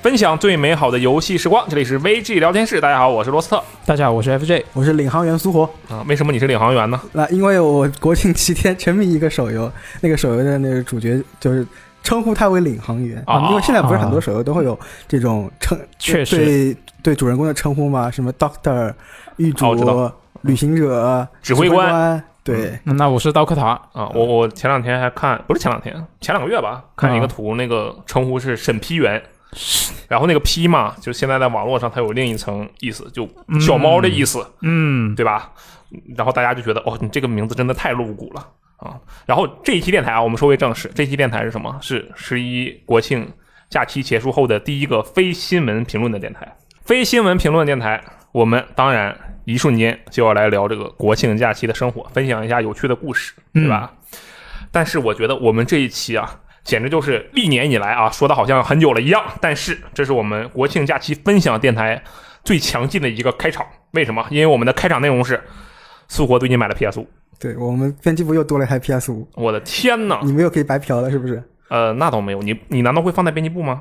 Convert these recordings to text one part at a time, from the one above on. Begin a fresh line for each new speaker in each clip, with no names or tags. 分享最美好的游戏时光。这里是 VG 聊天室，大家好，我是罗斯特
大家好，我是 FJ。
我是领航员苏活。
啊。为什么你是领航员呢？
那因为我国庆期间沉迷一个手游，那个手游的那个主角就是称呼他为领航员
啊
因为现在不是
啊
很多手游都会有这种称
确实
对对主人公的称呼嘛，什么 Doctor、狱
哦知
主、旅行者、
指挥
挥
官嗯
官，对，
嗯那我是刀客塔，
啊，我我前两天还看，不是前两天，前两个月
啊
吧，看一个图，那个称呼是审批员，然后那个批嘛，就现在在网络上它有另一层意思，就小猫的意思，
嗯，
对吧？然后大家就觉得，哦，你这个名字真的太露骨了啊！然后这一期电台啊，我们说回正事，这期电台是什么？是十一国庆假期结束后的第一个非新闻评论的电台。非新闻评论电台，我们当然一瞬间就要来聊这个国庆假期的生活，分享一下有趣的故事，对吧？但是我觉得我们这一期啊，简直就是历年以来啊，说的好像很久了一样。但是这是我们国庆假期分享电台最强劲的一个开场。为什么？因为我们的开场内容是苏活最近买了 PS 五。
对我们编辑部又多了一台 PS 五，
我的天呐！
你们又可以白嫖了，是不是？
呃，那倒没有，你你难道会放在编辑部吗？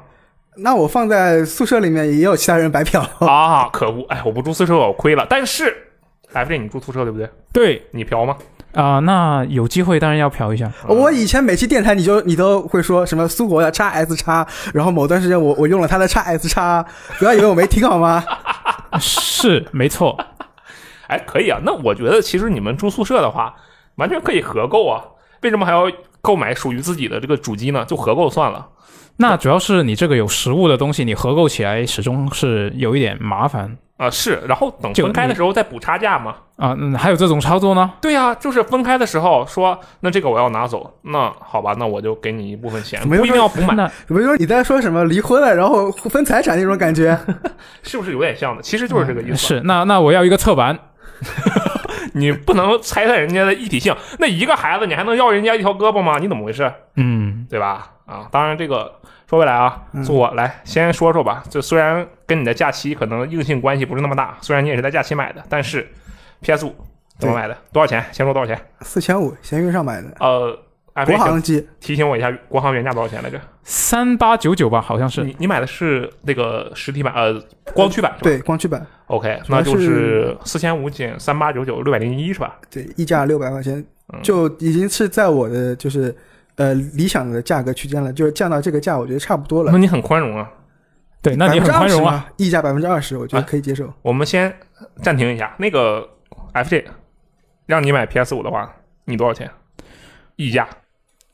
那我放在宿舍里面也有其他人白嫖，
啊，可恶！哎，我不住宿舍我亏了。但是 FJ 你住宿舍对不对？
对
你嫖吗？
啊、那有机会当然要嫖 一下。
我以前每期电台你就你都会说什么苏国的 x S 叉，然后某段时间我我用了他的 x S 叉，不要以为我没听好吗？
是，没错，
哎，可以啊。那我觉得其实你们住宿舍的话，完全可以合购啊。为什么还要购买属于自己的这个主机呢？就合购算了。
那主要是你这个有实物的东西，你合购起来始终是有一点麻烦
啊，是，然后等分开的时候再补差价嘛。
啊、嗯还有这种操作呢？
对呀、就是分开的时候说，那这个我要拿走，那好吧，那我就给你一部分钱，
没
不
有
一定要补满，
那
比如说你在说什么离婚了，然后分财产那种感觉，
是不是有点像的？其实就是这个意思。
是，那那我要一个侧板，
你不能拆散人家的一体性，那一个孩子你还能要人家一条胳膊吗？你怎么回事？
嗯，
对吧？啊，当然这个说回来啊，
嗯
做我来先说说吧。这虽然跟你的假期可能硬性关系不是那么大，虽然你也是在假期买的，但是 PS 五怎么买的？多少钱？先说多少钱？
四千五，闲鱼上买的，
呃，哎，
国
提醒
行机，
提醒我一下，国行原价多少钱来着？
三八九九吧，好像是。
你你买的是那个实体版呃光驱版是吧？
对，光驱版，
，OK，
主
那
要
就是四千五减三八九九六百零一是吧？
对，溢价六百块钱
嗯，
就已经是在我的就是呃理想的价格区间了，就是降到这个价，我觉得差不多了
那。你很宽容啊。
对，那你很宽容啊。
啊，溢价百分之二十，我觉得
哎
可以接受。
我们先暂停一下，那个 FJ 让你买 PS 五的话，你多少钱？溢价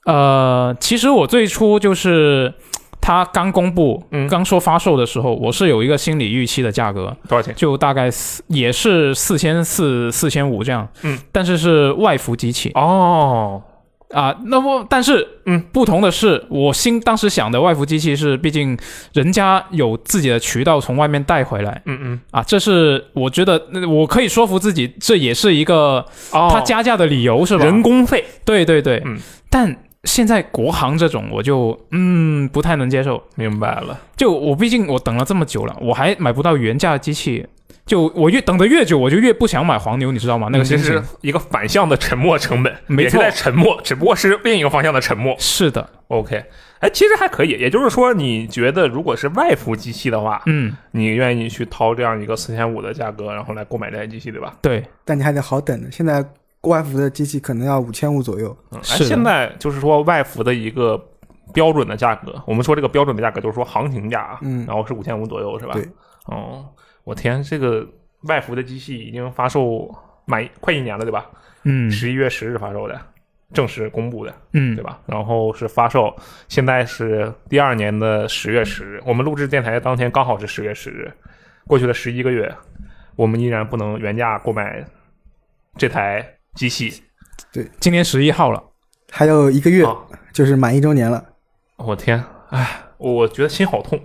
呃，其实我最初就是它刚公布、
嗯
刚说发售的时候，我是有一个心理预期的价格，
多少钱？
就大概四也是四千四、四千五这样，
嗯，
但是是外服机器
哦，
啊。那么，但是，
嗯，
不同的是，我心当时想的外服机器是，毕竟人家有自己的渠道从外面带回来
嗯嗯，
啊，这是我觉得那我可以说服自己，这也是一个
哦
它加价的理由，是吧？
人工费，
对对对，
嗯，
但现在国行这种，我就嗯不太能接受。
明白了。
就我毕竟我等了这么久了，我还买不到原价的机器，就我越等的越久，我就越不想买黄牛，你知道吗？那个
嗯其
心
实
情。
一个反向的沉没成本，
没
也是
错
在沉默，只不过是另一个方向的沉默。
是的，
OK，哎，其实还可以。也就是说，你觉得如果是外服机器的话，
嗯，
你愿意去掏这样一个四千五的价格，然后来购买这台机器，对吧？
对，
但你还得好等呢。现在外服的机器可能要五千五左右，
嗯，哎，
是的
现在就是说外服的一个标准的价格，我们说这个标准的价格就是说行情价啊，
嗯
然后是五千五左右，是吧？
对。
哦，我天，这个外服的机器已经发售满快一年了，对吧？
嗯
十一月十日发售的，正式公布的，
嗯，
对吧？然后是发售，现在是第二年的十月十
嗯
日，我们录制电台当天刚好是十月十日，过去了十一个月，我们依然不能原价购买这台机器。
今年十一号了，
还有一个月
啊
就是满一周年了。
我天，哎，我觉得心好痛。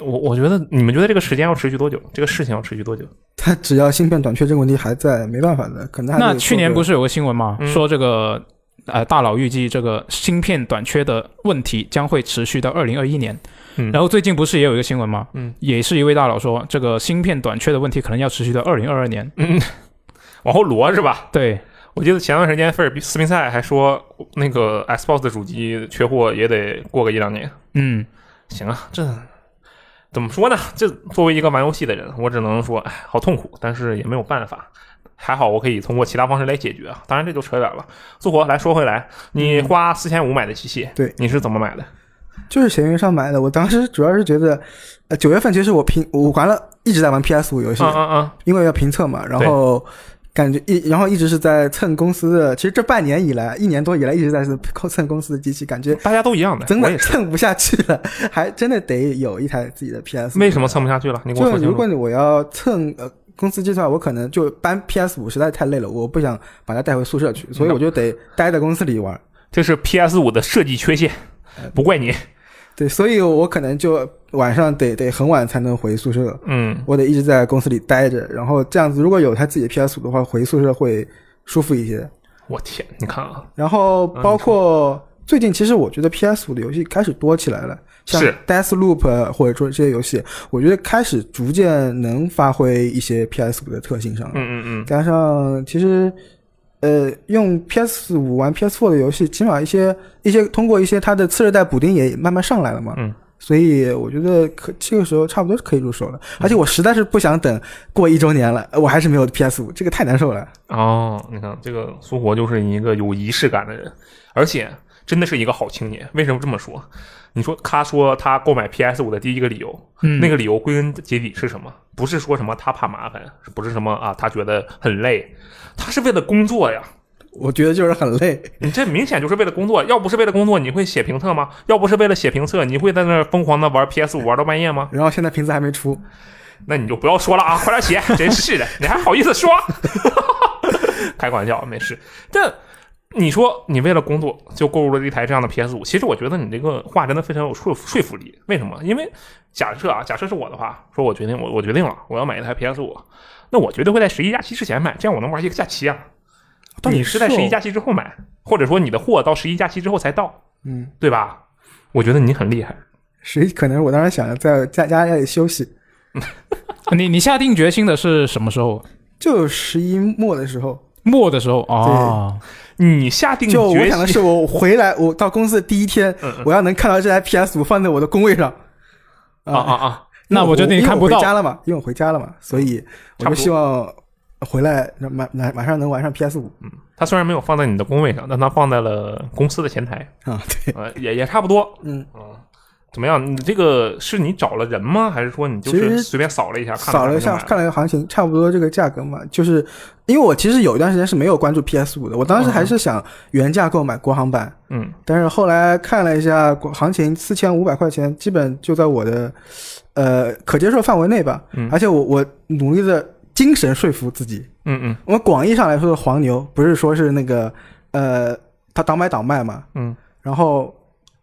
我我觉得你们觉得这个时间要持续多久？这个事情要持续多久？
它只要芯片短缺这个问题还在，没办法的，可能还得
那去年
做
不
个
是有个新闻吗？
嗯
说这个呃大佬预计这个芯片短缺的问题将会持续到二零二一年。
嗯
然后最近不是也有一个新闻吗？
嗯，
也是一位大佬说，这个芯片短缺的问题可能要持续到二零二二年。
嗯往后挪是吧？
对，
我记得前段时间菲尔比斯宾塞还说，那个 Xbox 的主机缺货也得过个一两年。
嗯，
行啊，这怎么说呢？这作为一个玩游戏的人，我只能说，哎，好痛苦，但是也没有办法。还好我可以通过其他方式来解决啊。当然，这就扯远了。苏活来说回来，你花四千五买的机器，
嗯对
你是怎么买的？
就是闲鱼上买的。我当时主要是觉得，呃，九月份其实我评我玩了，一直在玩 PS 五游戏，
嗯
啊
嗯嗯，
因为要评测嘛，然后感觉一，然后一直是在蹭公司的。其实这半年以来，一年多以来，一直在是蹭公司的机器，感觉
大家都一样的，
真
我
的
也是。
蹭不下去了，还真的得有一台自己的 PS。
为什么蹭不下去了？你给我
就
说清
如
楚
果。我要蹭呃公司计算，我可能就搬 PS 五实在太累了，我不想把它带回宿舍去，
嗯
所以我就得待在公司里玩。
这是 PS 五的设计缺陷，不怪你。
对，所以我可能就晚上得得很晚才能回宿舍。
嗯，
我得一直在公司里待着，然后这样子，如果有他自己的 PS 五的话，回宿舍会舒服一些。
我天，你看啊，
然后包括最近，其实我觉得 PS 五的游戏开始多起来了，像
是
Death Loop 或者说这些游戏，我觉得开始逐渐能发挥一些 PS 五的特性上了。
嗯嗯嗯，
加上其实，呃，用 PS 五玩 PS 4的游戏，起码一些一些通过一些它的次世代补丁也慢慢上来了嘛。
嗯。
所以我觉得可这个时候差不多是可以入手了，而且我实在是不想等过一周年了，我还是没有 PS 五，这个太难受了。
哦，你看这个苏活就是一个有仪式感的人，而且真的是一个好青年。为什么这么说？你说他说他购买 PS 五的第一个理由，
嗯
那个理由归根结底是什么？不是说什么他怕麻烦，不是什么啊他觉得很累，他是为了工作呀。
我觉得就是很累，
你这明显就是为了工作，要不是为了工作，你会写评测吗？要不是为了写评测，你会在那儿疯狂的玩 PS 五玩到半夜吗？
然后现在瓶子还没出，
那你就不要说了啊，快点写，真是的，你还好意思说？ 开个玩笑，没事。但你说你为了工作就购入了一台这样的 PS 五，其实我觉得你这个话真的非常有说服说服力。为什么？因为假设啊，假设是我的话，说我决定我我决定了，我要买一台 PS 五，那我绝对会在十一假期之前买，这样我能玩一个假期啊。但你是在
也是
十
哦
一假期之后买，或者说你的货到十一假期之后才到，
嗯，
对吧？我觉得你很厉害。
谁可能我当时想着在家家里休息，
你你下定决心的是什么时候？
就十一末的时候，
末的时候啊，
你下定
就我
决
想的
心，
是我回来我到公司的第一天，
嗯嗯
我要能看到这台 PS 五放在我的工位上，
啊啊啊！
那我觉得你看不
因为我
到
回家了嘛，因为我回家了嘛，所以我
差不多
就希望回来马马马上能玩上 PS 五
它虽然没有放在你的工位上，但它放在了公司的前台，
啊，对，
呃，也也差不多。
嗯，
怎么样？你这个是你找了人吗？还是说你就
其
是
实
随便扫了一下，看
扫了
了
一下，
看就买
看了一下行情，差不多这个价格嘛，就是因为我其实有一段时间是没有关注 PS 五的，我当时还是想原价购买国行版，
嗯，
但是后来看了一下国行情，四千五百块钱基本就在我的呃可接受范围内吧，
嗯
而且我我努力的精神说服自己，
嗯嗯
我们广义上来说的黄牛，不是说是那个呃，他倒买倒卖嘛，
嗯
然后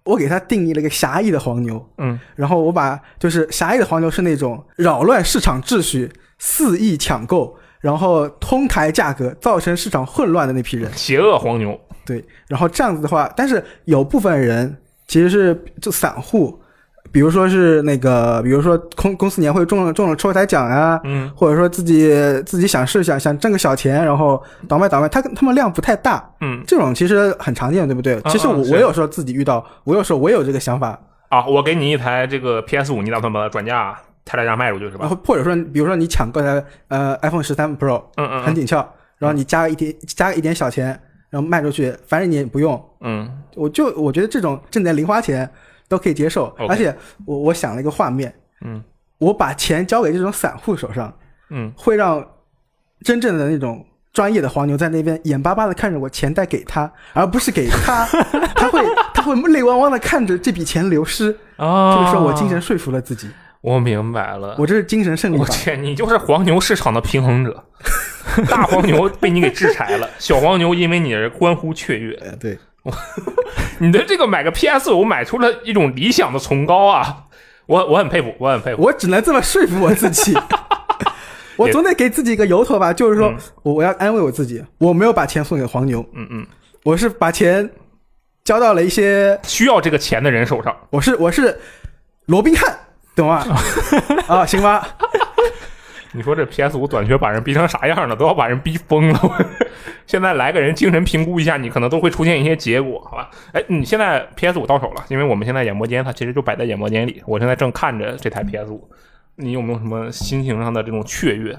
我给他定义了一个狭义的黄牛，
嗯
然后我把就是狭义的黄牛是那种扰乱市场秩序、肆意抢购，然后哄抬价格，造成市场混乱的那批人
嗯，。邪恶黄牛。
对，然后这样子的话，但是有部分人其实是就散户，比如说是那个，比如说公公司年会中了中了抽彩奖啊，
嗯
或者说自己自己想试想想挣个小钱，然后倒卖倒卖，他跟他们量不太大，
嗯啊
这种其实很常见，对不对？其实我
是
我有时候自己遇到，我有时候我也有这个想法，
啊，我给你一台这个 PS 五，你打算把它转价抬价价卖出去是
然
吧？
后或者说比如说你抢购台呃 iPhone 十三 Pro
嗯
很
嗯
紧俏，然后你加一点加一点小钱，然后卖出去，反正你也不用，
嗯
我就我觉得这种挣点零花钱都可以接受，
OK
而且我我想了一个画面，
嗯
我把钱交给这种散户手上，
嗯
会让真正的那种专业的黄牛在那边眼巴巴的看着我钱袋给他，而不是给 他，他会他会泪汪汪的看着这笔钱流失。
嗯啊
这个时候我精神，说服了自己，
我明白了。
我这是精神胜利
我
法。
天，你就是黄牛市场的平衡者， 大黄牛被你给制裁了，小黄牛因为你而欢呼雀跃。
呃，对，
你的这个买个 PS 五买出了一种理想的崇高啊，我我很佩服，我很佩服。
我只能这么说服我自 己。我总得给自己一个由头吧，就是说
嗯
我我要安慰我自己，我没有把钱送给黄牛，
嗯嗯，
我是把钱交到了一些，
需要这个钱的人手上。
我是我是罗宾汉，懂吗？啊，行吧，
你说这 PS 五短缺把人逼成啥样了？都要把人逼疯了。 现在来个人精神评估一下，你可能都会出现一些结果，好吧？哎，你现在 PS 五到手了，因为我们现在演播间它其实就摆在演播间里，我现在正看着这台 PS 五，你有没有什么心情上的这种雀跃？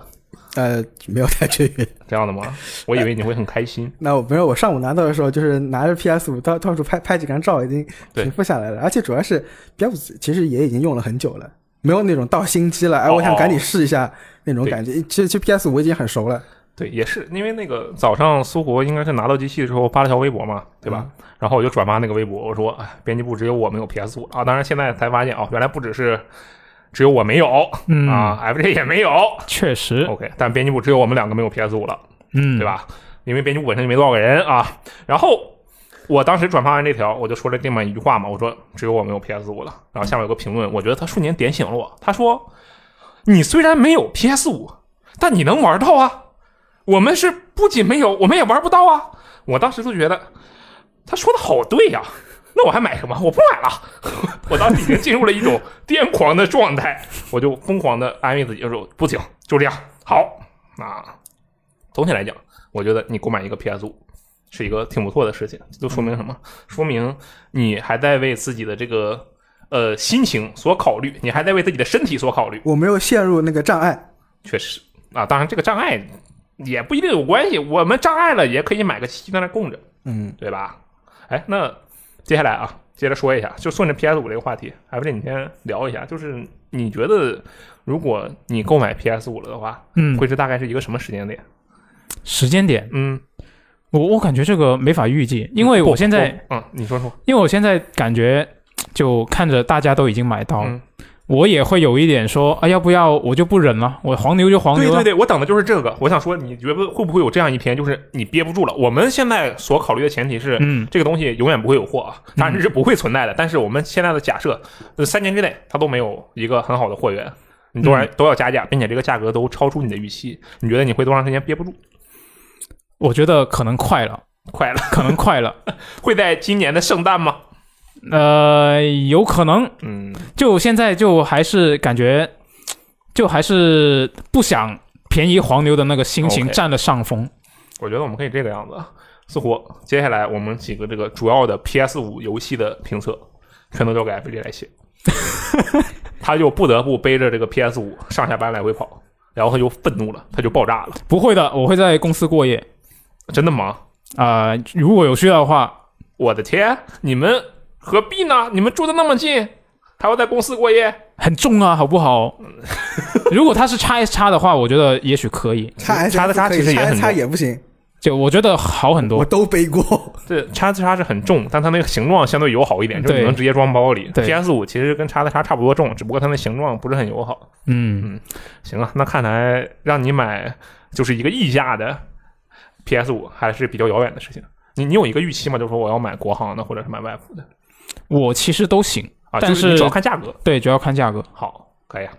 呃，没有太确定。
这样的吗？我以为你会很开心。
那我没有，我上午拿到的时候，就是拿着 PS 五到到处拍拍几张照，已经
对
平复下来了。而且主要是 PS 其实也已经用了很久了，没有那种到新机了，哎，
哦
我想赶紧试一下那种感觉。其实其实 PS 五已经很熟了，
对，也是因为那个早上苏活应该是拿到机器的时候发了条微博嘛，对吧？然后我就转发那个微博，我说：“哎，编辑部只有我没有 PS 五啊！”当然现在才发现哦，原来不只是只有我没有
嗯，
啊、f j 也没有。
确实，
OK，但编辑部只有我们两个没有 PS 五了，
嗯，
哦对？吧？因为编辑部本身就没多少个人啊。然后我当时转发完这条，我就说了这么一句话嘛，我说只有我没有 PS 五了。然后下面有个评论，我觉得他瞬间点醒了我，他说：“你虽然没有 PS 五，但你能玩到啊。我们是不仅没有，我们也玩不到啊。”我当时就觉得他说的好对呀、那我还买什么？我不买了。 我当时已经进入了一种癫狂的状态，我就疯狂的安慰自己，我说不行，就这样，好啊。总体来讲，我觉得你购买一个 PS 五是一个挺不错的事情，这都说明什
嗯
么？说明你还在为自己的这个呃心情所考虑，你还在为自己的身体所考虑。
我没有陷入那个障碍。
确实啊，当然这个障碍也不一定有关系，我们障碍了也可以买个机器在那供着。
嗯，
对吧？哎，那接下来啊，接着说一下，就顺着 PS 五这个话题，还不是你先聊一下，就是你觉得如果你购买 PS 五了的话，
嗯，
会是大概是一个什么时间点？
时间点，
嗯，
我我感觉这个没法预计，因为我现在，
不，不嗯，你说说，
因为我现在感觉就看着大家都已经买到了，
嗯
我也会有一点说，啊，要不要我就不忍了，我黄牛就黄
对
牛了，啊
对对，我等的就是这个。我想说，你觉得会不会有这样一天，就是你憋不住了？我们现在所考虑的前提是，
嗯，
这个东西永远不会有货啊，当然这是不会存在的。但是我们现在的假设，呃三年之内它都没有一个很好的货源，你都
嗯
然都要加价，并且这个价格都超出你的预期，你觉得你会多长时间憋不住？
我觉得可能快了，
快了，
可能快了，
会在今年的圣诞吗？
呃，有可能
嗯，
就现在就还是感觉，就还是不想便宜黄牛的那个心情
OK
占了上风。
我觉得我们可以这个样子啊。似乎接下来我们几个这个主要的 PS 五游戏的评测，全都交给 FJ 来 写，他就不得不背着这个 PS 五上下班来回跑，然后他就愤怒了，他就爆炸了。
不会的，我会在公司过夜。
真的吗？
啊、如果有需要的话，
我的天，你们何必呢？你们住的那么近，还要在公司过夜？
很重啊，好不好？如果他是叉 S 叉的话，我觉得也许可以。
叉
叉的叉其实也
也
很
叉
多
也不行，
就我觉得好很
我
多。
都背过。
这叉子叉是很重，但它那个形状相对友好一点，就是你
对
能直接装包里。
对
PS 五其实跟叉子叉差不多重，只不过它那形状不是很友好。
嗯，
行啊，那看来让你买就是一个溢价的 PS 五还是比较遥远的事情。你你有一个预期吗？就是说我要买国行的或者是买外服的
我其实都行，
啊，
但
就是你
是
主要看价格。
对，主要看价格。
好，可以啊。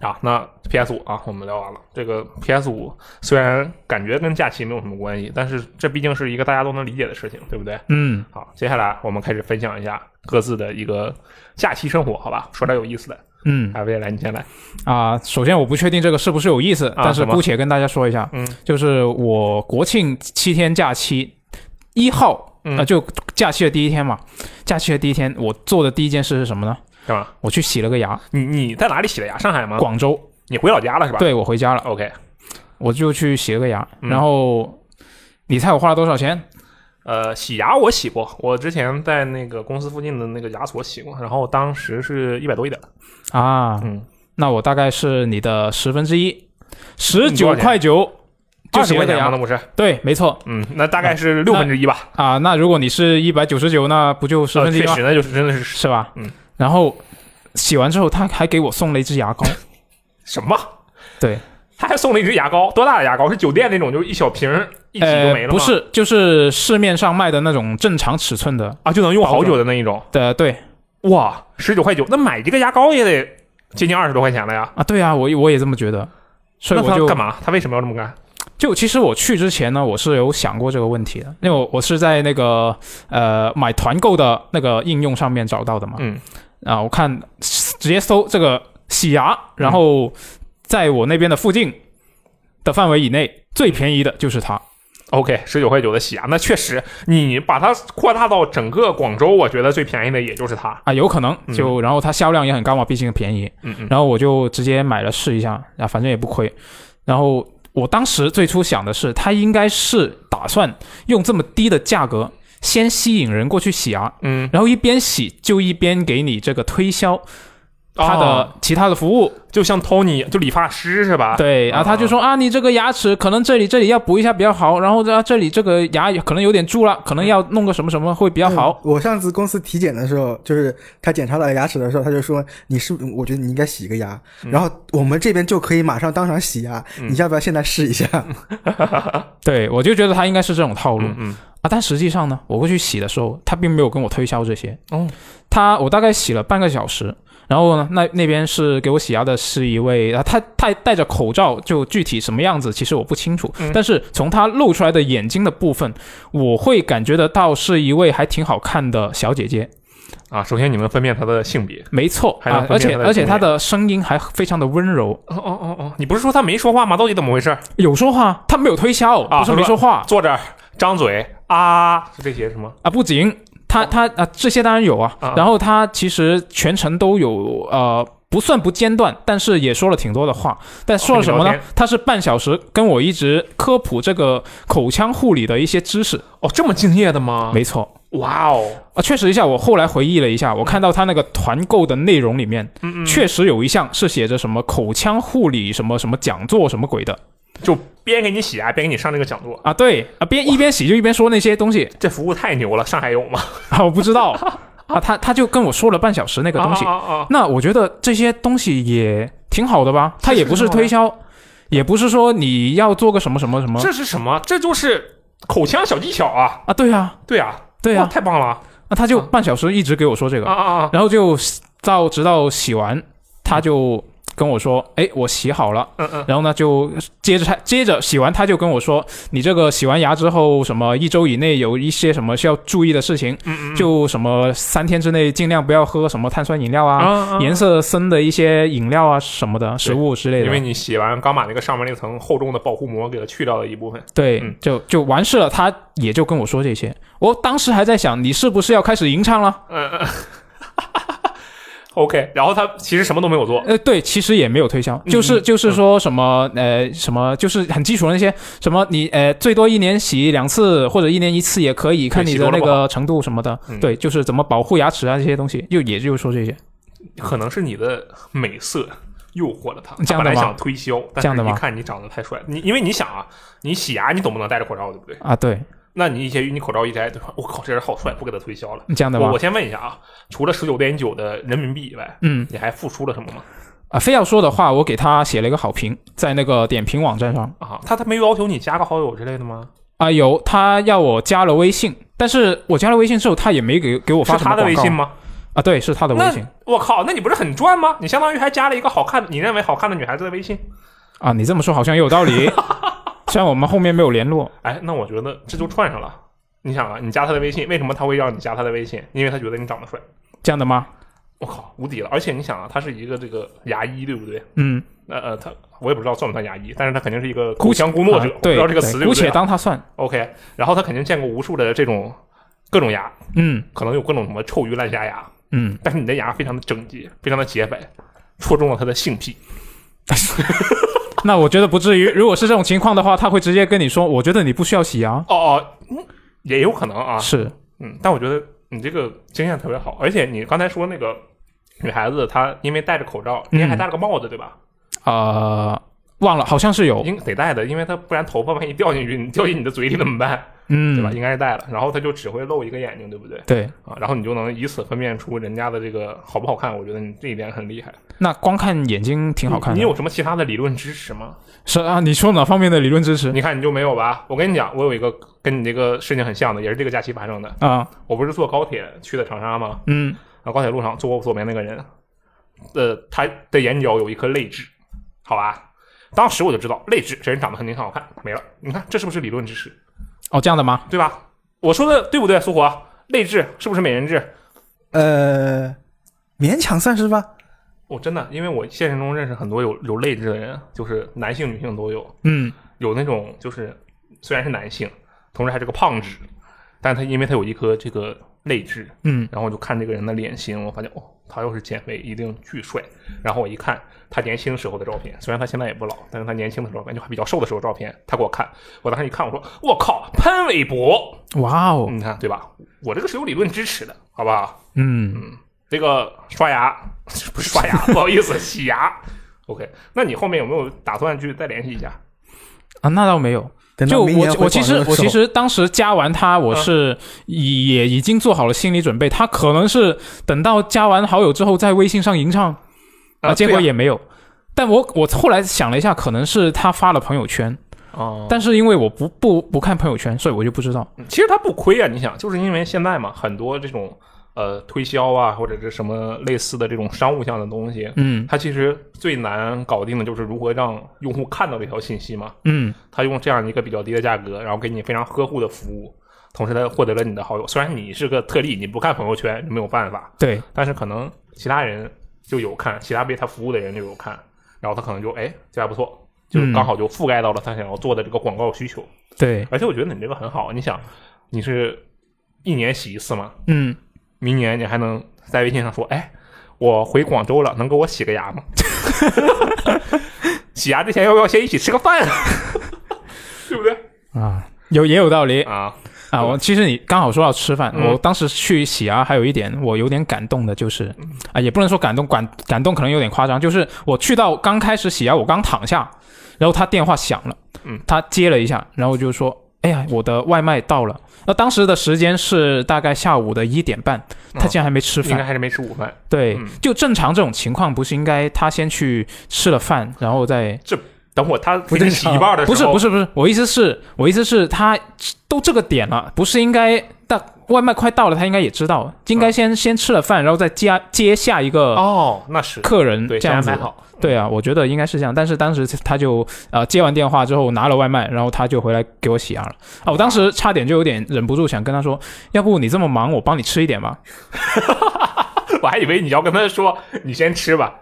啊，那 PS 五啊，我们聊完了。这个 PS 五虽然感觉跟假期没有什么关系，但是这毕竟是一个大家都能理解的事情，对不对？
嗯，
好，接下来我们开始分享一下各自的一个假期生活，好吧？说点有意思的。
嗯
还不来，你先来。
啊、首先我不确定这个是不是有意思，但是
啊什么
姑且跟大家说一下，
嗯，
就是我国庆七天假期一号啊、
嗯
呃就假期的第一天嘛，假期的第一天我做的第一件事是什么呢？
干嘛？
我去洗了个牙，
你你在哪里洗的牙？上海吗？
广州，
你回老家了是吧？
对我回家了，
，OK，
我就去洗了个牙，
啊嗯
然后你猜我花了多少钱？
呃，洗牙我洗过，我之前在那个公司附近的那个牙所洗过，然后当时是一百多一点。
啊，
嗯，
那我大概是你的十分之一，十
嗯你多少
九
钱
块九就
二十
洗
块
了个
钱吗？那
牙，
不是？
对，没错
嗯，那大概是六分之一吧。
啊。那如果你是一百九十九，那不就十
呃
分之一
确
吗？
实，那就是真的是
是吧？
嗯。
然后洗完之后，他还给我送了一支牙膏，
什么？
对，
他还送了一支牙膏，多大的牙膏？是酒店那种，就是一小瓶儿一挤就没
呃，
了吗、
不是，就是市面上卖的那种正常尺寸的
啊，就能用好久的那一种。
的，对
哇，十九块九，那买这个牙膏也得接近二十多块钱了呀。
啊，对啊，我我也这么觉得，所以
那
我
他
就啊
干嘛？他为什么要这么干？
就其实我去之前呢，我是有想过这个问题的，因为我我是在那个呃买团购的那个应用上面找到的嘛，
嗯
啊，我看直接搜这个洗牙，然后在我那边的附近的范围以内，最便宜的就是它。
OK，十九块九的喜啊，那确实，你把它扩大到整个广州，我觉得最便宜的也就是它。
啊，有可能就、然后它销量也很高嘛，毕竟便宜。
嗯嗯，
然后我就直接买了试一下，啊，反正也不亏。然后我当时最初想的是，它应该是打算用这么低的价格先吸引人过去洗牙，
嗯，
然后一边洗就一边给你这个推销它
哦
的其他的服务。
就像 Tony 就理发师是吧？，
对，然后他就说啊，你这个牙齿可能这里这里要补一下比较好，然后这这里这个牙可能有点蛀了，可能要弄个什么什么会比较好。
嗯我上次公司体检的时候，就是他检查到牙齿的时候，他就说你是，我觉得你应该洗个牙。
嗯
然后我们这边就可以马上当场洗牙，你要不要现在试一下？
对，我就觉得他应该是这种套路。
嗯嗯，
啊，但实际上呢，我过去洗的时候，他并没有跟我推销这些。
哦，
他我大概洗了半个小时，然后呢，那那边是给我洗牙的是一位，啊，他他戴着口罩，就具体什么样子其实我不清楚，
嗯
但是从他露出来的眼睛的部分，我会感觉得到是一位还挺好看的小姐姐。
啊，首先你们分辨它的性别。
没错
还能
啊，
分
而
辨
且
她的
而且
性
她
别
的声音还非常的温柔，
哦哦哦哦，你不是说他没说话吗？到底怎么回事？
有说话，她没有推销，
啊
不是没
她说
说话
坐这儿张嘴啊，是这些是吗？
啊，不仅她她啊这些当然有啊
啊，
然后她其实全程都有呃。不算不间断，但是也说了挺多的话。但说了什么
跟
呢
你聊？
她是半小时跟我一直科普这个口腔护理的一些知识。
哦，这么敬业的吗？
没错
哇哦，
啊，确实一下，我后来回忆了一下，我看到她那个团购的内容里面，
嗯嗯嗯，
确实有一项是写着什么口腔护理什么什么讲座什么鬼的。
就边给你洗牙，边给你上这个讲座，
啊，对啊，边一边洗就一边说那些东西
这服务太牛了，上海有吗？
啊，我不知道啊，他他就跟我说了半小时那
这
个东西，
啊啊啊
那我觉得这些东西也挺好的吧，他
是
也不是
挺好的
推销，也不是说你要做个什么什么什么
这是什么？这就是口腔小技巧啊！
啊，对啊，
对啊，
对
哇
啊，
太棒了
那他就
啊
半小时一直给我说这
啊
个，
啊啊！
然后就到直到洗完，他就跟我说，哎，我洗好了。
嗯嗯，
然后呢，就接着他接着洗完，他就跟我说，你这个洗完牙之后，什么一周以内有一些什么需要注意的事情，
嗯嗯
就什么三天之内尽量不要喝什么碳酸饮料
啊
啊、
啊，
颜色深的一些饮料啊什么的食物之类
因为
的。
你洗完刚把那个上面那层厚重的保护膜给它去掉了一部分。
对
嗯，
就就完事了。他也就跟我说这些，我当时还在想，你是不是要开始吟唱了？
嗯嗯。OK，然后他其实什么都没有做，
呃，对，其实也没有推销，
嗯
就是就是说什么呃什么，就是很基础的那些什么你呃最多一年洗两次或者一年一次也可以，看你
洗
的
多了不
那个程度什么的
嗯。
对，就是怎么保护牙齿啊这些东西，就也就说这些。
可能是你的美色诱惑了他。
这
他
样
本
的吗
来想推销，
这
但
样
是
的吗
一看你长得太帅，你因为你想啊，你洗牙你总不能戴着口罩对不对？
啊，对，
那你一些你口罩一摘，对吧？我靠，这人好帅，不给他推销了。
这样的
我
吗
我？先问一下啊，除了十九点九的人民币以外，
嗯，
你还付出了什么吗？
啊，非要说的话，我给他写了一个好评，在那个点评网站上
啊，他他没有要求你加个好友之类的吗？
啊，有他要我加了微信，但是我加了微信之后，他也没给给我发
是
什么
他
广告
的微信吗？
啊，对，是他的微
那
信
我靠，那你不是很赚吗？你相当于还加了一个好看的，你认为好看的女孩子的微信。
啊，你这么说好像也有 道理，虽然我们后面没有联络
哎，那我觉得这就串上了。你想啊，你加他的微信，为什么他会让你加他的微信？因为他觉得你长得帅。
这样的吗？
我靠，无敌了！而且你想啊，他是一个这个牙医，对不对？
嗯，
那呃，他我也不知道算不算牙医，但是他肯定是一个
姑
口腔工作者，
啊
我不
对
知道这个
对
词对
姑
不
且
对啊、
当他算，
OK，然后他肯定见过无数的这种各种牙，
嗯
可能有各种什么臭鱼烂虾牙，
嗯，
但是你的牙非常的整洁，非常的洁白，戳中了他的性癖。
那我觉得不至于，如果是这种情况的话，他会直接跟你说，我觉得你不需要洗牙，
哦哦，嗯，也有可能啊，
是
嗯，但我觉得你这个经验特别好，而且你刚才说那个女孩子，她因为戴着口罩，
嗯
您还戴了个帽子，对吧？
呃，忘了，好像是有，
应得戴的，因为她不然头发万一掉进去，你掉进你的嘴里怎么办？
嗯，
对吧？？应该是戴了，然后她就只会露一个眼睛，对不对？
对，
啊，然后你就能以此分辨出人家的这个好不好看，我觉得你这一点很厉害。
那光看眼睛挺好看
你
的。
你有什么其他的理论支持吗？
是啊？你说哪方面的理论支持
你看你就没有吧？我跟你讲，我有一个跟你这个事情很像的，也是这个假期发生的。
啊？
我不是坐高铁去的长沙吗？
嗯，
然后高铁路上坐我左边那个人，呃，他的眼角有一颗泪痣，好吧？当时我就知道泪痣这人长得肯定很好看，没了。你看这是不是理论支持，
哦，这样的吗？
对吧？我说的对不对，苏火？泪痣是不是美人痣？
呃，勉强算是吧。
哦，真的，因为我现实中认识很多有有泪痣的人，就是男性、女性都有，
嗯，
有那种就是虽然是男性，同时还是个胖子，但他因为他有一颗这个泪痣，
嗯，
然后我就看这个人的脸型，我发现哦，他要是减肥一定巨帅。然后我一看他年轻时候的照片，虽然他现在也不老，但是他年轻的时候照片就还比较瘦的时候照片，他给我看，我当时一看，我说我靠，潘玮柏，
哇哦，
你看对吧？我这个是有理论支持的，好不好？
嗯，
这个刷牙 不是刷牙， 不好意思，洗牙。OK，那你后面有没有打算去再联系一下？
啊，那倒没有，
等到
就
明年
我
回
我其
广
实
州的
我
时候
其实当时加完他，我是已也已经做好了心理准备，他可能是等到加完好友之后在微信上吟唱
啊
结果
对
也没有。但我我后来想了一下，可能是他发了朋友圈，
哦
但是因为我不不不看朋友圈，所以我就不知道。
其实他不亏啊，你想，就是因为现在嘛，很多这种呃推销啊，或者是什么类似的这种商务项的东西，
嗯
它其实最难搞定的就是如何让用户看到这条信息嘛。
嗯
他用这样一个比较低的价格，然后给你非常呵护的服务，同时他获得了你的好友。虽然你是个特例，你不看朋友圈没有办法，
对，
但是可能其他人就有看，其他被他服务的人就有看，然后他可能就哎这还不错，
嗯
就是刚好就覆盖到了他想要做的这个广告需求。
对，
而且我觉得你这个很好，你想，你是一年洗一次嘛，
嗯，
明年你还能在微信上说，哎，我回广州了，能给我洗个 牙吗？洗牙之前要不要先一起吃个 饭啊？对不对？
啊，有也有道理
啊，
啊。我其实你刚好说到吃饭，
嗯
我当时去喜牙还有一点我有点感动的，就是
嗯
啊，也不能说感动，感感动可能有点夸张，就是我去到刚开始喜牙，啊我刚躺下，然后他电话响了，
嗯，
他接了一下，然后就说。哎呀，我的外卖到了。那当时的时间是大概下午的一点半，他竟然还没吃
哦应
饭
该。还是没吃午饭，
对
嗯，
就正常这种情况，不是应该他先去吃了饭，然后再
等会儿他给
正
你洗一半的时
不是
候，
不
是
是不是，我意思是，我意思是，他都这个点了，不是应该大外卖快到了，他应该也知道，应该先、先吃了饭，然后再接接下一个
哦，那是
客人
对，
这
先
样
安
子
排
的。
好，
对啊，我觉得应该是这样。但是当时他就呃接完电话之后拿了外卖，然后他就回来给我洗牙了啊！我当时差点就有点忍不住想跟他说，要不你这么忙，我帮你吃一点吧。
我还以为你要跟他说你先吃吧，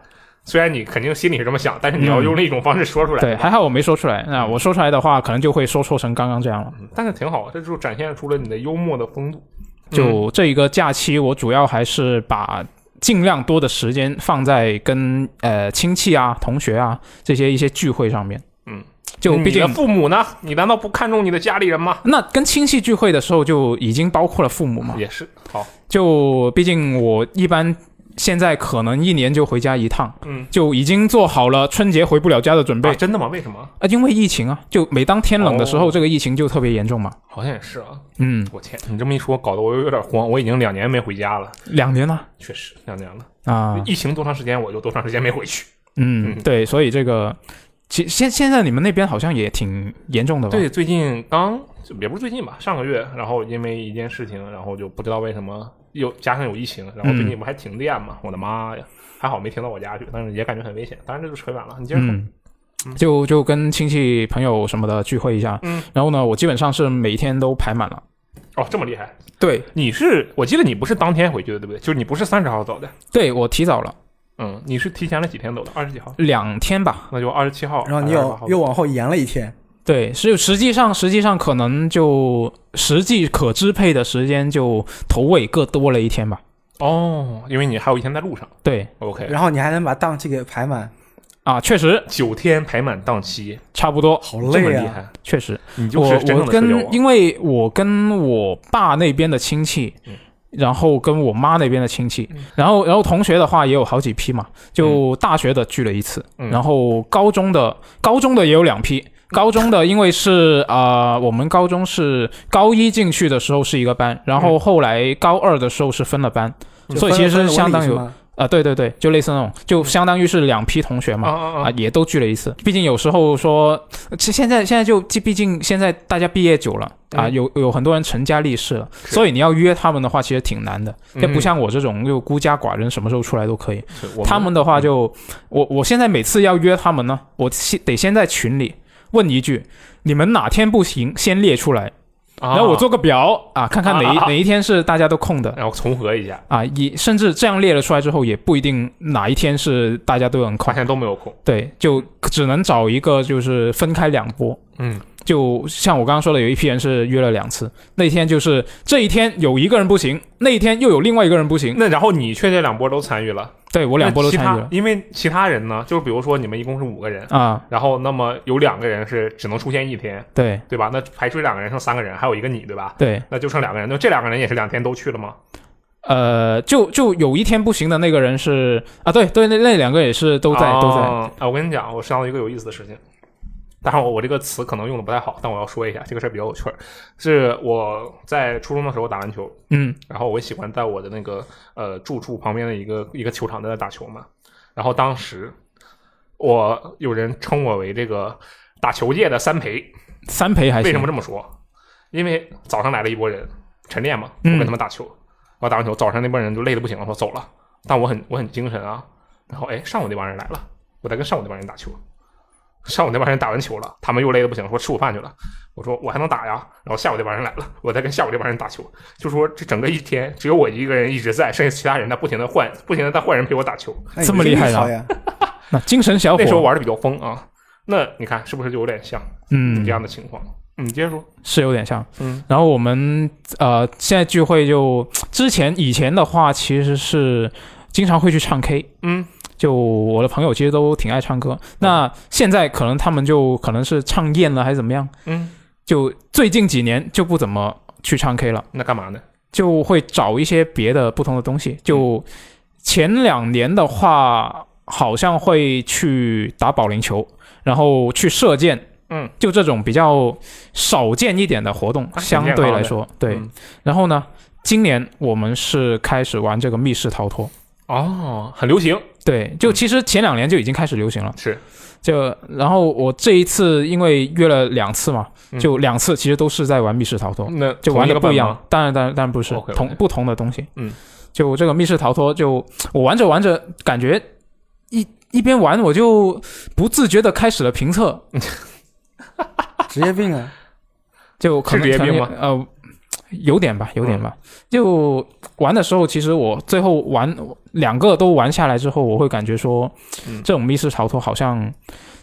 虽然你肯定心里是这么想，但是你要用另一种方式说出来，
嗯对，还好我没说出来。那我说出来的话，可能就会说错成刚刚这样了。
嗯但是挺好，这就展现出了你的幽默的风度。嗯
就这一个假期，我主要还是把尽量多的时间放在跟呃亲戚啊、同学啊这些一些聚会上面。
嗯，
就毕竟
你的父母呢？你难道不看重你的家里人吗？
那跟亲戚聚会的时候就已经包括了父母嘛。
也是，好，
就毕竟我一般现在可能一年就回家一趟，
嗯，
就已经做好了春节回不了家的准备
啊，。真的吗？为什么？
啊，因为疫情啊，就每当天冷的时候，
哦
这个疫情就特别严重嘛。
好像也是啊。
嗯，
我天，你这么一说，搞得我有点慌。我已经两年没回家了，
两年了
确实两年了。
啊，
疫情多长时间，我就多长时间没回去。
嗯，
嗯
对，所以这个，其现现在你们那边好像也挺严重的吧？
对，最近刚也不是最近吧，上个月，然后因为一件事情，然后就不知道为什么又加上有疫情，然后最近
嗯
不还停电嘛？我的妈呀！还好没停到我家去，但是也感觉很危险。当然这就扯远了，你接着说。
嗯，就就跟亲戚朋友什么的聚会一下。
嗯，
然后呢，我基本上是每天都排满了。
哦，这么厉害！
对，
你是我记得你不是当天回去的，对不对？就是你不是三十号走的，
对我提早了
嗯，你是提前了几天走的？二十几号？
两天吧。
那就二十七号。
然后
哎
你
28
又
号
又往后延了一天，
对，是实际上实际上可能就实际可支配的时间就头尾各多了一天吧。
哦，因为你还有一天在路上。
对
OK，
然后你还能把档期给排满，
啊，确实
九天排满档期，
差不多，
好
这
累
么厉
啊！
害，
确实。
你就
我
是真正的啊
我
社交
跟
王。
因为我跟我爸那边的亲戚
嗯，
然后跟我妈那边的亲戚
嗯，
然后然后同学的话也有好几批嘛，就大学的聚了一次，
嗯
然后高中的高中的也有两批。高中的，因为是啊、呃我们高中是高一进去的时候是一个班，然后后来高二的时候是分了班，
嗯
所以其
分
实
了
相当
分
于
了
啊、
文理是吗
对对对，就类似那种，就相当于是两批同学嘛。
啊啊
啊
啊，！
也都聚了一次。毕竟有时候说，其现在现在就，毕竟现在大家毕业久了啊，
嗯
有有很多人成家立室了，
是
所以你要约他们的话，其实挺难的。这
嗯
不像我这种就孤家寡人，什么时候出来都可以。
是我
他们的话就，我我现在每次要约他们呢，我先得先在群里问一句，你们哪天不行，先列出来。
然
然后我做个表啊，看看哪一
啊啊啊啊
哪一天是大家都空的
然后重合一下，
啊，也甚至这样列了出来之后，也不一定哪一天是大家都能空
发，现都没有空。
对，就只能找一个就是分开两波。
嗯，
就像我刚刚说的，有一批人是约了两次，那天就是这一天有一个人不行，那一天又有另外一个人不行，
那然后你确定两波都参与了，
对我
我
两波都参与了
因为其他人呢，就是比如说你们一共是五个人，
啊，
然后那么有两个人是只能出现一天，
对
对吧？那排除两个人剩三个人，还有一个你，对吧？
对，
那就剩两个人，那这两个人也是两天都去了吗？
呃，就就有一天不行的那个人是啊，对对，那那两个也是都在、
啊
都在，
啊！我跟你讲，我想到一个有意思的事情。当然，我我这个词可能用的不太好，但我要说一下，这个事儿比较有趣儿。是我在初中的时候打篮球，
嗯
然后我喜欢在我的那个呃住处旁边的一个一个球场在那打球嘛。然后当时我有人称我为这个打球界的三陪，
三陪还行
为什么这么说？因为早上来了一波人晨练嘛，我
嗯
跟他们打球，我打完球，早上那帮人就累的不行了，说走了，但我很我很精神啊。然后哎，上午那帮人来了，我在跟上午那帮人打球。上午那帮人打完球了，他们又累的不行，说吃午饭去了。我说我还能打呀。然后下午那帮人来了，我在跟下午这帮人打球。就说这整个一天只有我一个人一直在，剩下其他人在不停的换，不停的在换人陪我打球。
哎
这么厉害的
好呀？
那精神小伙
那时候玩的比较疯啊，那你看是不是就有点像
嗯
你这样的情况？嗯你接着说，
是有点像，
嗯，
然后我们呃现在聚会就之前以前的话其实是经常会去唱 K，
嗯，
就我的朋友其实都挺爱唱歌，那现在可能他们就可能是唱厌了还是怎么样，
嗯，
就最近几年就不怎么去唱 K 了，
那干嘛呢？
就会找一些别的不同的东西。就前两年的话，好像会去打保龄球，然后去射箭。
嗯，
就这种比较少见一点的活动，
啊
相对来说，对。
嗯
然后呢，今年我们是开始玩这个密室逃脱，
哦，很流行，
对，就其实前两年就已经开始流行了。
嗯是
就然后我这一次因为约了两次嘛，
嗯
就两次其实都是在玩密室逃脱，
那
哦就
同
玩
一
的
个
不
本
一样
吗。。
当然，当然，当然不是
OK，OK
同不同的东西。
嗯，
就这个密室逃脱就，我玩着玩着，感觉一一边玩我就不自觉的开始了评测，
职业病 啊！
就可能
是职业病嗯
可能呃，有点吧，有点吧。就玩的时候，其实我最后玩两个都玩下来之后，我会感觉说，
嗯
这种密室逃脱好像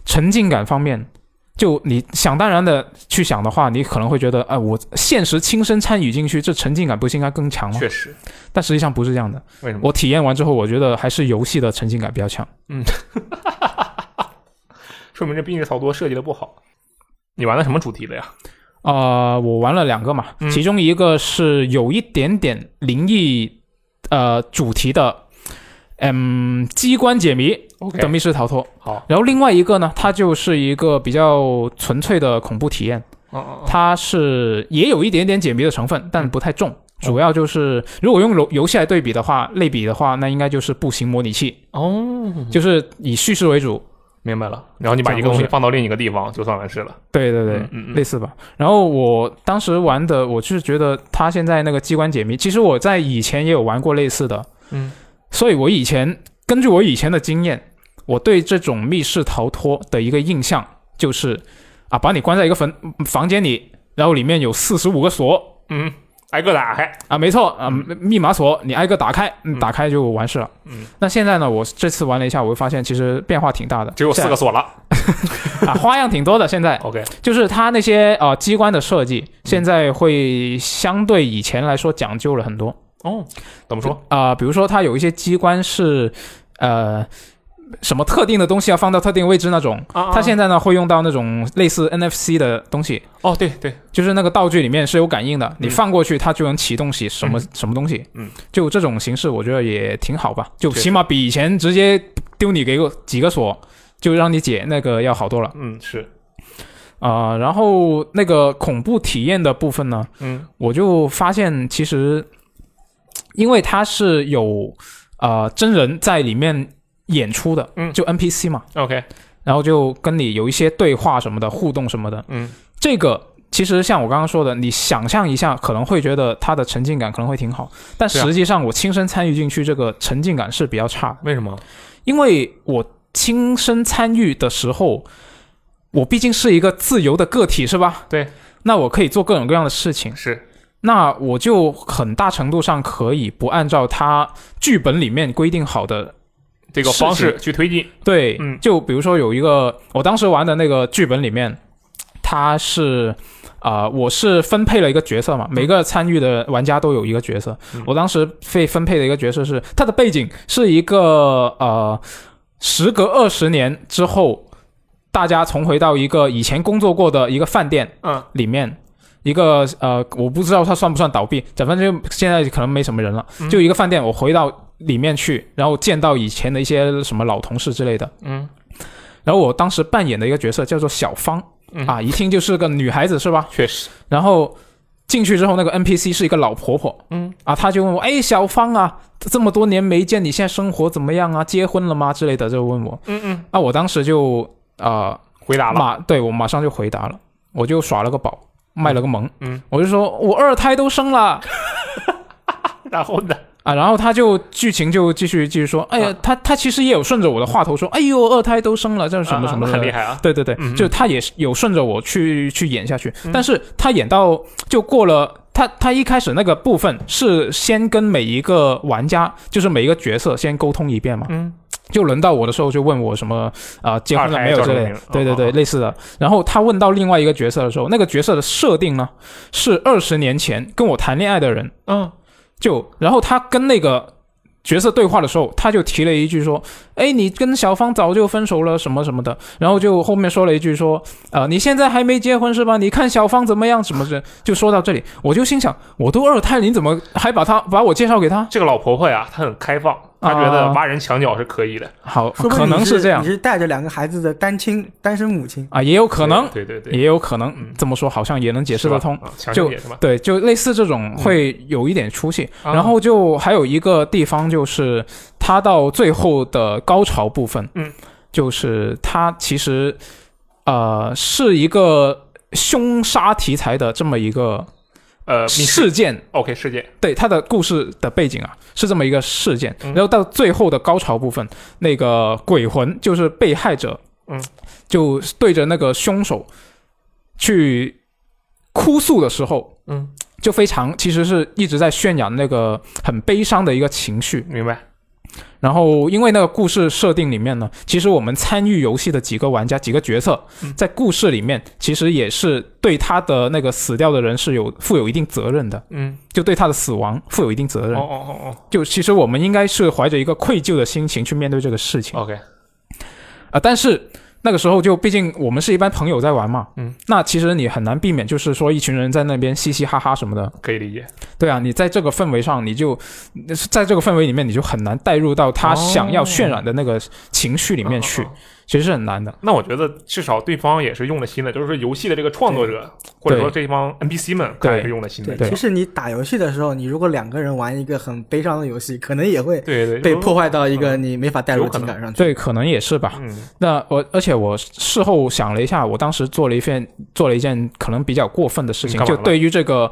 沉浸感方面。就你想当然的去想的话，你可能会觉得，啊、我现实亲身参与进去，这沉浸感不是应该更强吗？
确实，
但实际上不是这样的。
为什么？
我体验完之后，我觉得还是游戏的沉浸感比较强。
说明这密室逃脱设计的不好。你玩的什么主题的呀？
呃，我玩了两个嘛，
嗯
其中一个是有一点点灵异呃主题的，嗯，机关解谜
OK
的密室逃脱。
好，
然后另外一个呢，它就是一个比较纯粹的恐怖体验，
嗯嗯嗯，
它是也有一点点解谜的成分，但不太重。
嗯
主要就是，如果用游游戏来对比的话，类比的话，那应该就是步行模拟器，
哦，
就是以叙事为主。
明白了。然后你把一个东西放到另一个地方，就算完事了。
对对对，
嗯嗯
类
嗯，
似吧。然后我当时玩的，我就是觉得他现在那个机关解谜，其实我在以前也有玩过类似的，
嗯，
所以我以前根据我以前的经验，我对这种密室逃脱的一个印象就是，啊，把你关在一个房房间里，然后里面有四十五个锁，
嗯，挨个打开。
啊，没错啊，密码锁你挨个打开，嗯打开就完事了。
嗯，
那现在呢，我这次玩了一下，我会发现其实变化挺大的，
只有四个
现
锁了
在啊，花样挺多的。现在
，OK，
就是啊它那些呃机关的
嗯
设计，现在会相对以前来说讲究了很多。
哦，怎么
我
说？
啊、比如说它有一些机关是呃什么特定的东西要放到特定位置那种，
啊
它现在呢会用到那种类似 NFC 的东西，
哦，对对，
就是那个道具里面是有感应的，你
嗯
放过去它就能启动起什么、什么东西。
嗯，
就这种形式我觉得也挺好吧，就
确实
起码比以前直接丢你给个几个锁就让你解那个要好多了。
嗯，是，
啊、然后那个恐怖体验的部分呢，
嗯
我就发现其实，因为它是有呃真人在里面演出的，
嗯
就 NPC 嘛，
，OK，
然后就跟你有一些对话什么的互动什么的，
嗯
这个。其实像我刚刚说的，你想象一下，可能会觉得它的沉浸感可能会挺好，但
是啊
实际上我亲身参与进去，这个沉浸感是比较差的。
为什么？
因为我亲身参与的时候，我毕竟是一个自由的个体，是吧？
对。
那我可以做各种各样的事情，
是
那我就很大程度上可以不按照他剧本里面规定好的。
这个
是
方式
是
去推进，
对，
嗯
就比如说有一个我当时玩的那个剧本里面，他是啊、呃我是分配了一个角色嘛，每个参与的玩家都有一个角色。
嗯
我当时被分配的一个角色是，他的背景是一个呃，时隔二十年之后，大家重回到一个以前工作过的一个饭店，
嗯，
里面一个呃，我不知道它算不算倒闭，反正就现在可能没什么人了，
嗯
就一个饭店，我回到里面去，然后见到以前的一些什么老同事之类的，
嗯
然后我当时扮演的一个角色叫做小芳
嗯，
啊，一听就是个女孩子是吧？
确实，
然后。进去之后，那个 NPC 是一个老婆婆
嗯
啊，她就问我：“哎，小芳啊，这么多年没见，你现在生活怎么样啊？结婚了吗？”之类的就问我。
嗯嗯，
啊，我当时就啊、呃
回答了，
马对我马上就回答了，我就耍了个宝，卖了个萌，
嗯，
我就说我二胎都生了
然后呢，
啊，然后他就剧情就继续继续说，哎呀
啊，
他他其实也有顺着我的话头说，哎呦，二胎都生了，这是什么
啊
什么
那
的，
很厉害啊，
对对对
嗯嗯，
就他也是有顺着我去去演下去
嗯，
但是他演到就过了，他他一开始那个部分是先跟每一个玩家，就是每一个角色先沟通一遍嘛，
嗯
就轮到我的时候就问我什么啊、呃结婚了没有
二胎叫什
之
么
类
名字，
对对
哦哦
对，类似的。然后他问到另外一个角色的时候，那个角色的设定呢是二十年前跟我谈恋爱的人，
嗯
就然后他跟那个角色对话的时候，他就提了一句说：“哎，你跟小芳早就分手了，什么什么的。”然后就后面说了一句说：“呃，你现在还没结婚是吧？你看小芳怎么样，什么的。”就说到这里，我就心想，我都二胎了，你怎么还把他把我介绍给他？
这个老婆婆呀，她很开放，她觉得
啊
挖人墙角是可以的，
好，
说不定
可能
你是
这样
你是带着两个孩子的单亲单身母亲，
啊，也有可能，
对对对，
也有可能
嗯
这么说，好像也能解释得通
是。吧，啊强
就
行解释吧，
对，就类似这种会有一点出戏，
啊
然后就还有一个地方就是他到最后的高潮部分，
嗯，
就是他其实呃是一个凶杀题材的这么一个
呃，密室
事件，
OK 事件，
对他的故事的背景啊是这么一个事件，
嗯
然后到最后的高潮部分，那个鬼魂就是被害者，
嗯，
就对着那个凶手去哭诉的时候，
嗯，
就非常其实是一直在渲染那个很悲伤的一个情绪。
明白，
然后因为那个故事设定里面呢，其实我们参与游戏的几个玩家、几个角色
嗯，
在故事里面其实也是对他的那个死掉的人是有负有一定责任的，
嗯，
就对他的死亡负有一定责
哦
任。
哦哦
就其实我们应该是怀着一个愧疚的心情去面对这个事情
哦。，OK，
啊，但是那个时候就毕竟我们是一般朋友在玩嘛，
嗯，
那其实你很难避免就是说一群人在那边嘻嘻哈哈什么的，
可以理解，
对啊，你在这个氛围上，你就在这个氛围里面，你就很难带入到他想要渲染的那个情绪里面去，
嗯嗯嗯
其实是很难的。
那我觉得至少对方也是用了心的，就是说游戏的这个创作者或者说这帮 NPC 们，看来是用了心的，
对
其实你打游戏的时候，你如果两个人玩一个很悲伤的游戏，可能也会
对对，
被
就是
破坏到一个你没法带入情感上去。
对，可能也是吧。
嗯
那我，而且我事后想了一下，我当时做了一件做了一件可能比较过分的事
你
情，
嗯干嘛
就
了
对于这个，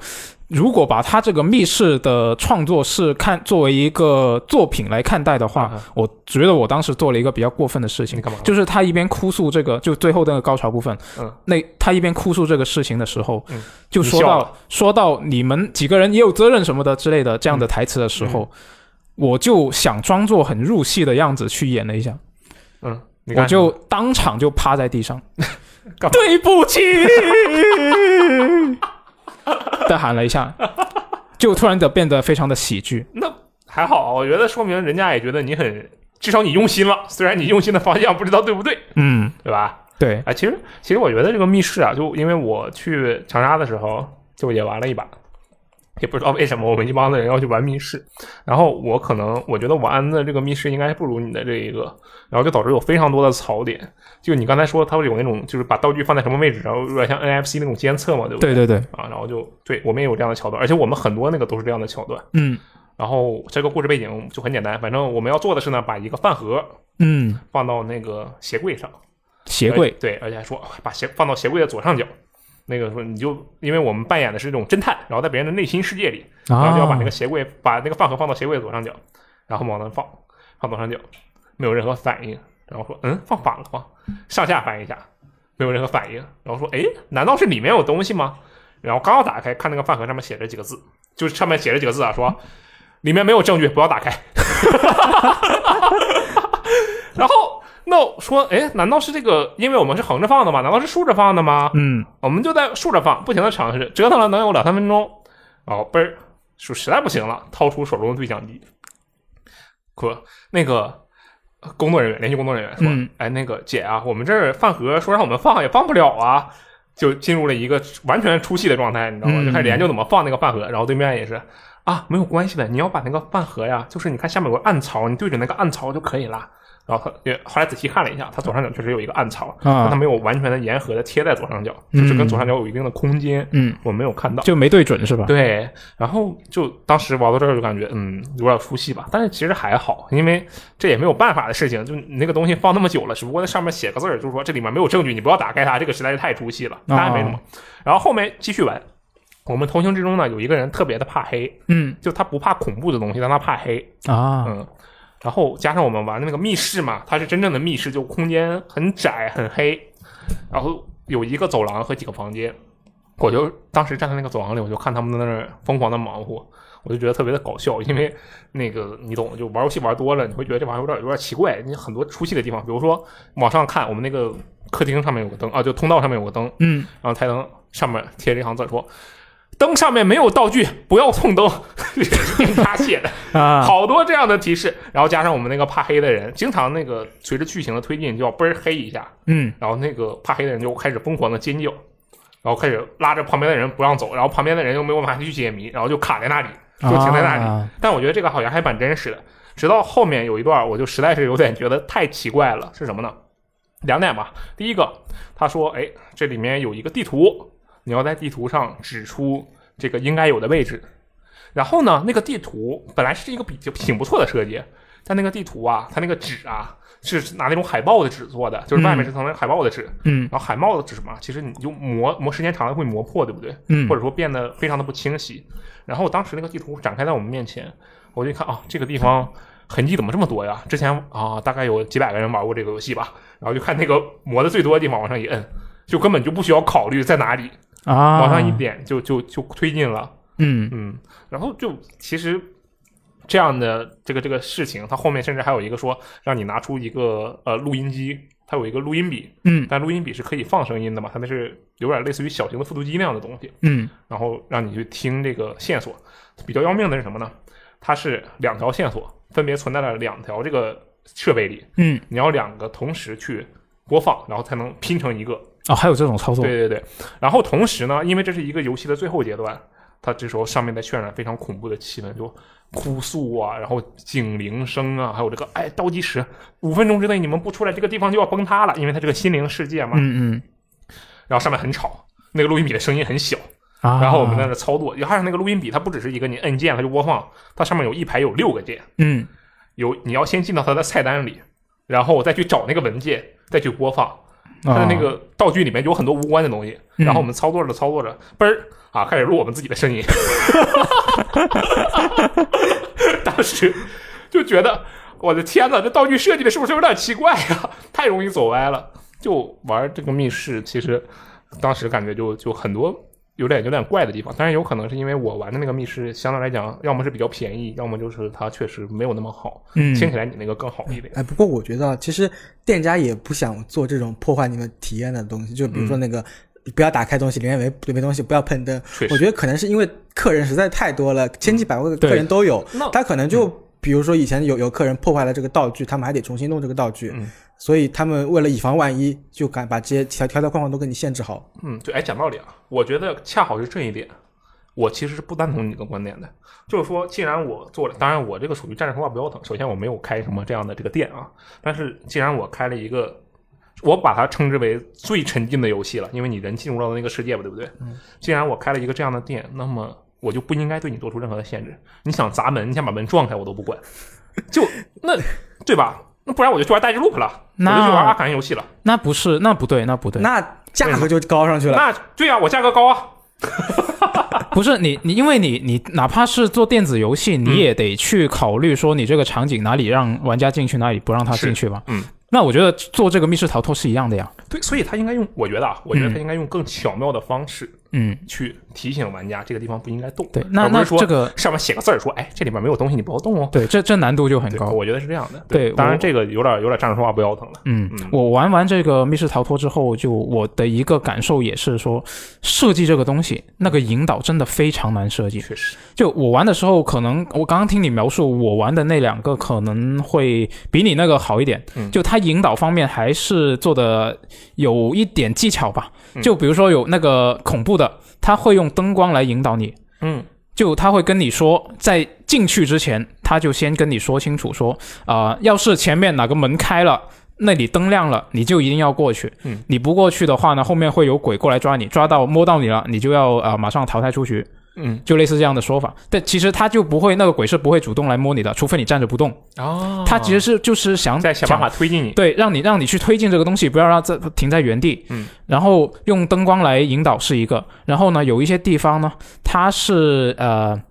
如果把他这个密室的创作是看作为一个作品来看待的话，
嗯
我觉得我当时做了一个比较过分的事情
你。干嘛？
就是他一边哭诉这个，就最后那个高潮部分，
嗯，
那他一边哭诉这个事情的时候，
嗯
就说
你笑
到
了
说到你们几个人也有责任什么的之类的这
嗯
样的台词的时候，我就想装作很入戏的样子去演了一下，
嗯，你
我
看
就当场就趴在地上，
干嘛
对 不起，的喊了一下，就突然的变得非常的喜剧。
还好，我觉得说明人家也觉得你很，至少你用心了，虽然你用心的方向不知道对不对，
嗯，
对吧？
对，
哎，其实其实我觉得这个密室啊，就因为我去长沙的时候就也玩了一把，也不知道为什么我们一帮的人要去玩密室，然后我可能我觉得我安的这个密室应该不如你的这一个，然后就导致有非常多的槽点。就你刚才说它会有那种就是把道具放在什么位置，然后有点像 NFC 那种监测嘛，对不
对对对，
啊，然后就对我们也有这样的桥段，而且我们很多那个都是这样的桥段。
嗯
然后这个故事背景就很简单，反正我们要做的是呢，把一个饭盒
嗯，
放到那个鞋柜上，
鞋
而
柜，
对，而且还说把鞋放到鞋柜的左上角。那个说你就因为我们扮演的是这种侦探，然后在别人的内心世界里，
啊
然后就要把那个鞋柜、把那个饭盒放到鞋柜的左上角，然后往那放，放左上角，没有任何反应，然后说嗯放反了吗？上下翻一下，没有任何反应，然后说哎难道是里面有东西吗？然后刚要打开，看那个饭盒上面写着几个字，就是上面写着几个字啊，说里面没有证据，不要打开。 然后那我说，哎，难道是这个？因为我们是横着放的吗？难道是竖着放的吗？
嗯，
我们就在竖着放，不停的尝试，折腾了能有两三分钟，然后嘣儿，说实在不行了，掏出手中的对讲机，可那个呃工作人员，联系工作人员说，
嗯
哎，那个姐啊，我们这儿饭盒说让我们放也放不了啊，就进入了一个完全出戏的状态，你知道吗？
嗯
就开始研究怎么放那个饭盒，然后对面也是。啊，没有关系的，你要把那个饭盒呀，就是你看下面有个暗槽，你对准那个暗槽就可以了。然后他也后来仔细看了一下，他左上角确实有一个暗槽，但它
啊，
没有完全的沿河的贴在左上角，就是跟左上角有一定的空间，
嗯，
我没有看到。
就没对准是吧？
对，然后就当时玩到这儿就感觉，嗯，有点出戏吧。但是其实还好，因为这也没有办法的事情，就你那个东西放那么久了，只不过在上面写个字儿，就是说这里面没有证据，你不要打开它，这个实在是太出戏
哦
了。当然没什么。然后后面继续玩，我们同行之中呢有一个人特别的怕黑，
嗯
就他不怕恐怖的东西，但他怕黑。
啊，
嗯，然后加上我们玩的那个密室嘛，它是真正的密室，就空间很窄很黑，然后有一个走廊和几个房间。我就当时站在那个走廊里，我就看他们在那儿疯狂的忙活，我就觉得特别的搞笑，因为那个你懂，就玩游戏玩多了，你会觉得这玩意儿有点有点奇怪，你很多出戏的地方，比如说往上看，我们那个客厅上面有个灯啊，就通道上面有个灯，
嗯，
然后台灯上面贴着一行字说：“灯上面没有道具，不要碰灯。” 他写的，
啊，
好多这样的提示，然后加上我们那个怕黑的人，经常那个随着剧情的推进就要嘣儿黑一下，
嗯
然后那个怕黑的人就开始疯狂的尖叫，然后开始拉着旁边的人不让走，然后旁边的人又没有办法去解谜，然后就卡在那里，就停在那里。
啊
但我觉得这个好像还蛮真实的。直到后面有一段，我就实在是有点觉得太奇怪了，是什么呢？两点吧。第一个，他说：“哎，这里面有一个地图，你要在地图上指出这个应该有的位置。”然后呢，那个地图本来是一个比较挺不错的设计，但那个地图啊，它那个纸啊是拿那种海报的纸做的，就是外面是层海报的纸，
嗯
然后海报的纸嘛，其实你就磨磨时间长了会磨破，对不对？
嗯
或者说变得非常的不清晰。然后当时那个地图展开在我们面前，我就一看啊，这个地方痕迹怎么这么多呀？之前啊，大概有几百个人玩过这个游戏吧。然后就看那个磨的最多的地方往上一摁，就根本就不需要考虑在哪里，
啊，
往上一点就就就推进了。
嗯
嗯，然后就其实这样的这个这个事情，它后面甚至还有一个说让你拿出一个呃录音机，它有一个录音笔，
嗯
但录音笔是可以放声音的嘛，它那是有点类似于小型的复读机那样的东西，
嗯
然后让你去听这个线索。比较要命的是什么呢？它是两条线索分别存在了两条这个设备里，
嗯，
你要两个同时去播放，然后才能拼成一个。
哦，还有这种操作，
对对对，然后同时呢，因为这是一个游戏的最后阶段，它这时候上面在渲染非常恐怖的气氛，就哭诉啊，然后警铃声啊，还有这个哎倒计时，五分钟之内你们不出来，这个地方就要崩塌了，因为它这个心灵世界嘛。
嗯嗯
然后上面很吵，那个录音笔的声音很小，
啊，
然后我们在那操作，还有那个录音笔，它不只是一个你摁键它就播放，它上面有一排有六个键，
嗯
有你要先进到它的菜单里，然后再去找那个文件，再去播放。它的
啊
那个道具里面有很多无关的东西，
嗯
然后我们操作着操作着，嘣儿啊，开始录我们自己的声音。 当时就觉得我的天呐，这道具设计的是不是有点奇怪呀、 太容易走歪了。就玩这个密室，其实当时感觉就就很多有点有点怪的地方，当然有可能是因为我玩的那个密室相对来讲，要么是比较便宜，要么就是它确实没有那么好。
嗯
听起来你那个更好一点。
哎，不过我觉得啊其实店家也不想做这种破坏你们体验的东西，就比如
嗯
说那个。不要打开东西，里面没里面东西，不要碰灯
确。实嗯
我觉得可能是因为客人实在太多了，千奇百怪的客人都有
那，嗯
他可能就比如说以前有有客人破坏了这个道具，他们还得重新弄这个道具，
嗯
所以他们为了以防万一，就敢把这些条条条框框都给你限制好。
嗯，对，哎，讲道理啊，我觉得恰好是这一点，我其实是不赞同你的观点的。就是说，既然我做了，当然我这个属于站着说话不腰疼。首先，我没有开什么这样的这个店啊，但是既然我开了一个，我把它称之为最沉浸的游戏了，因为你人进入到那个世界吧，对不对？既然我开了一个这样的店，那么我就不应该对你做出任何的限制。你想砸门，你想把门撞开，我都不管，就那对吧？那不然我就去玩代之 loop 了，我就去玩
那
阿卡因游戏了。
那不是，那不对，那不对，
那价格就高上去了。
那对呀、我价格高啊，
不是你你，因为你你哪怕是做电子游戏，
嗯
你也得去考虑说你这个场景哪里让玩家进去，哪里不让他进去吧。
是嗯，
那我觉得做这个密室逃脱是一样的呀。
对，所以他应该用，我觉得啊，我觉得他应该用更巧妙的方式
嗯，
去提醒玩家这个地方不应该动，
对，那
而不
那
是说
这个
上面写个字儿说，哎，这里面没有东西，你不要动哦。
对这这难度就很
对，
高。
我觉得是这样的。
对
当然
我
这个有点有点站着说话不腰疼了。
嗯
嗯，
我玩完这个密室逃脱之后，就我的一个感受也是说，设计这个东西，那个引导真的非常难设计。
确实，
就我玩的时候，可能我刚刚听你描述，我玩的那两个可能会比你那个好一点。
嗯
就它引导方面还是做的有一点技巧吧。
嗯
就比如说有那个恐怖的，它会用灯光来引导你，
嗯，
就他会跟你说，在进去之前，他就先跟你说清楚说，啊、要是前面哪个门开了。那里灯亮了，你就一定要过去。
嗯，
你不过去的话呢，后面会有鬼过来抓你，抓到摸到你了，你就要啊、呃马上淘汰出局，
嗯
就类似这样的说法。但其实他就不会，那个鬼是不会主动来摸你的，除非你站着不动。
哦
他其实是就是想
在想办法推进你。
对，让你让你去推进这个东西，不要让它在停在原地。
嗯，
然后用灯光来引导是一个，然后呢，有一些地方呢，它是呃。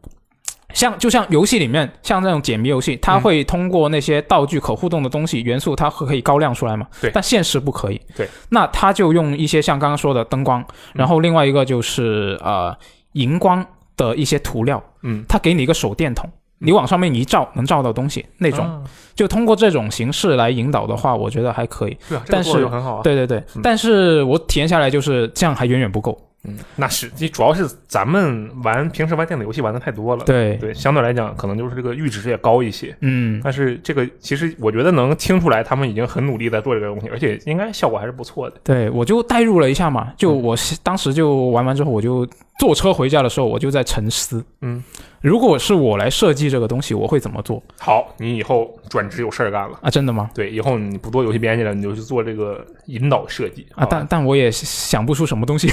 像就像游戏里面，像那种解谜游戏，它
嗯
会通过那些道具可互动的东西、元素，它会可以高亮出来嘛？
对
但现实不可以。
对，嗯
那它就用一些像刚刚说的灯光，然后另外一个就是呃荧光的一些涂料，
嗯，
它给你一个手电筒，你往上面一照，能照到东西那
那
种。就通过这种形式来引导的话，我觉得还可以。
对啊，这个
但
做得
是
就很好啊。，
对对对，
嗯
但是我体验下来就是这样还远远不够。
嗯，那是，这主要是咱们玩平时玩电子游戏玩的太多了。
对，
对，相对来讲，可能就是这个阈值也高一些。
嗯，
但是这个其实我觉得能听出来，他们已经很努力在做这个东西，而且应该效果还是不错的。
对，我就代入了一下嘛，就
嗯
我是当时就玩完之后，我就坐车回家的时候，我就在沉思，
嗯，
如果是我来设计这个东西，我会怎么做
好，你以后转职有事儿干了。
啊？真的吗？
对，以后你不做游戏编辑了，你就去做这个引导设计
啊，
好
但
吧
但我也想不出什么东西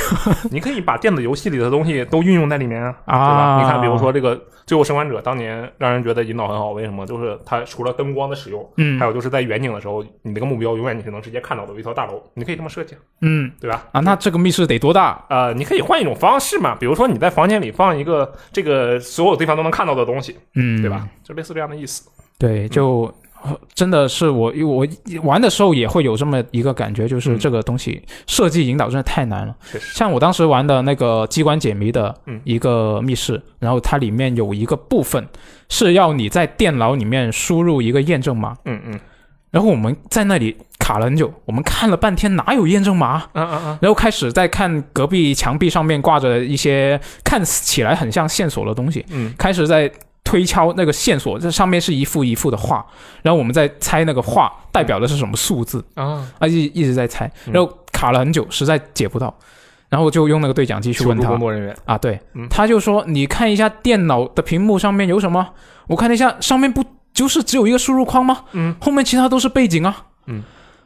你可以把电子游戏里的东西都运用在里面啊，对吧？
啊。
你看，比如，说这个《最后生还者》，当年让人觉得引导很好，为什么？就是它除了灯光的使用，
嗯
还有就是在远景的时候，你那个目标永远你是能直接看到的，有一条大楼，你可以这么设计，
嗯
对吧？
啊，那这个密室得多大？
呃，你可以换一种方式嘛，比如说你在房间里放一个这个所有对方都能看到的东西，
嗯，
对吧？？就类似这样的意思。
对，就、呃真的是我我玩的时候也会有这么一个感觉，就是
嗯
这个东西设计引导真的太难了。
确实，
像我当时玩的那个机关解谜的
嗯
一个密室，然后它里面有一个部分是要你在电脑里面输入一个验证码，
嗯嗯
然后我们在那里卡了很久，我们看了半天哪有验证码，啊
嗯嗯嗯，
然后开始在看隔壁墙壁上面挂着一些看起来很像线索的东西，
嗯，
开始在推敲那个线索，这上面是一幅一幅的画，然后我们在猜那个画代表的是什么数字
啊，
啊，一一直在猜，
嗯
然后卡了很久，实在解不到，然后就用那个对讲机去
求
问
助
他
工作人员，
啊，对
嗯，
他就说你看一下电脑的屏幕上面有什么，我看了一下上面不就是只有一个输入框吗？
嗯，
后面其他都是背景啊，
嗯，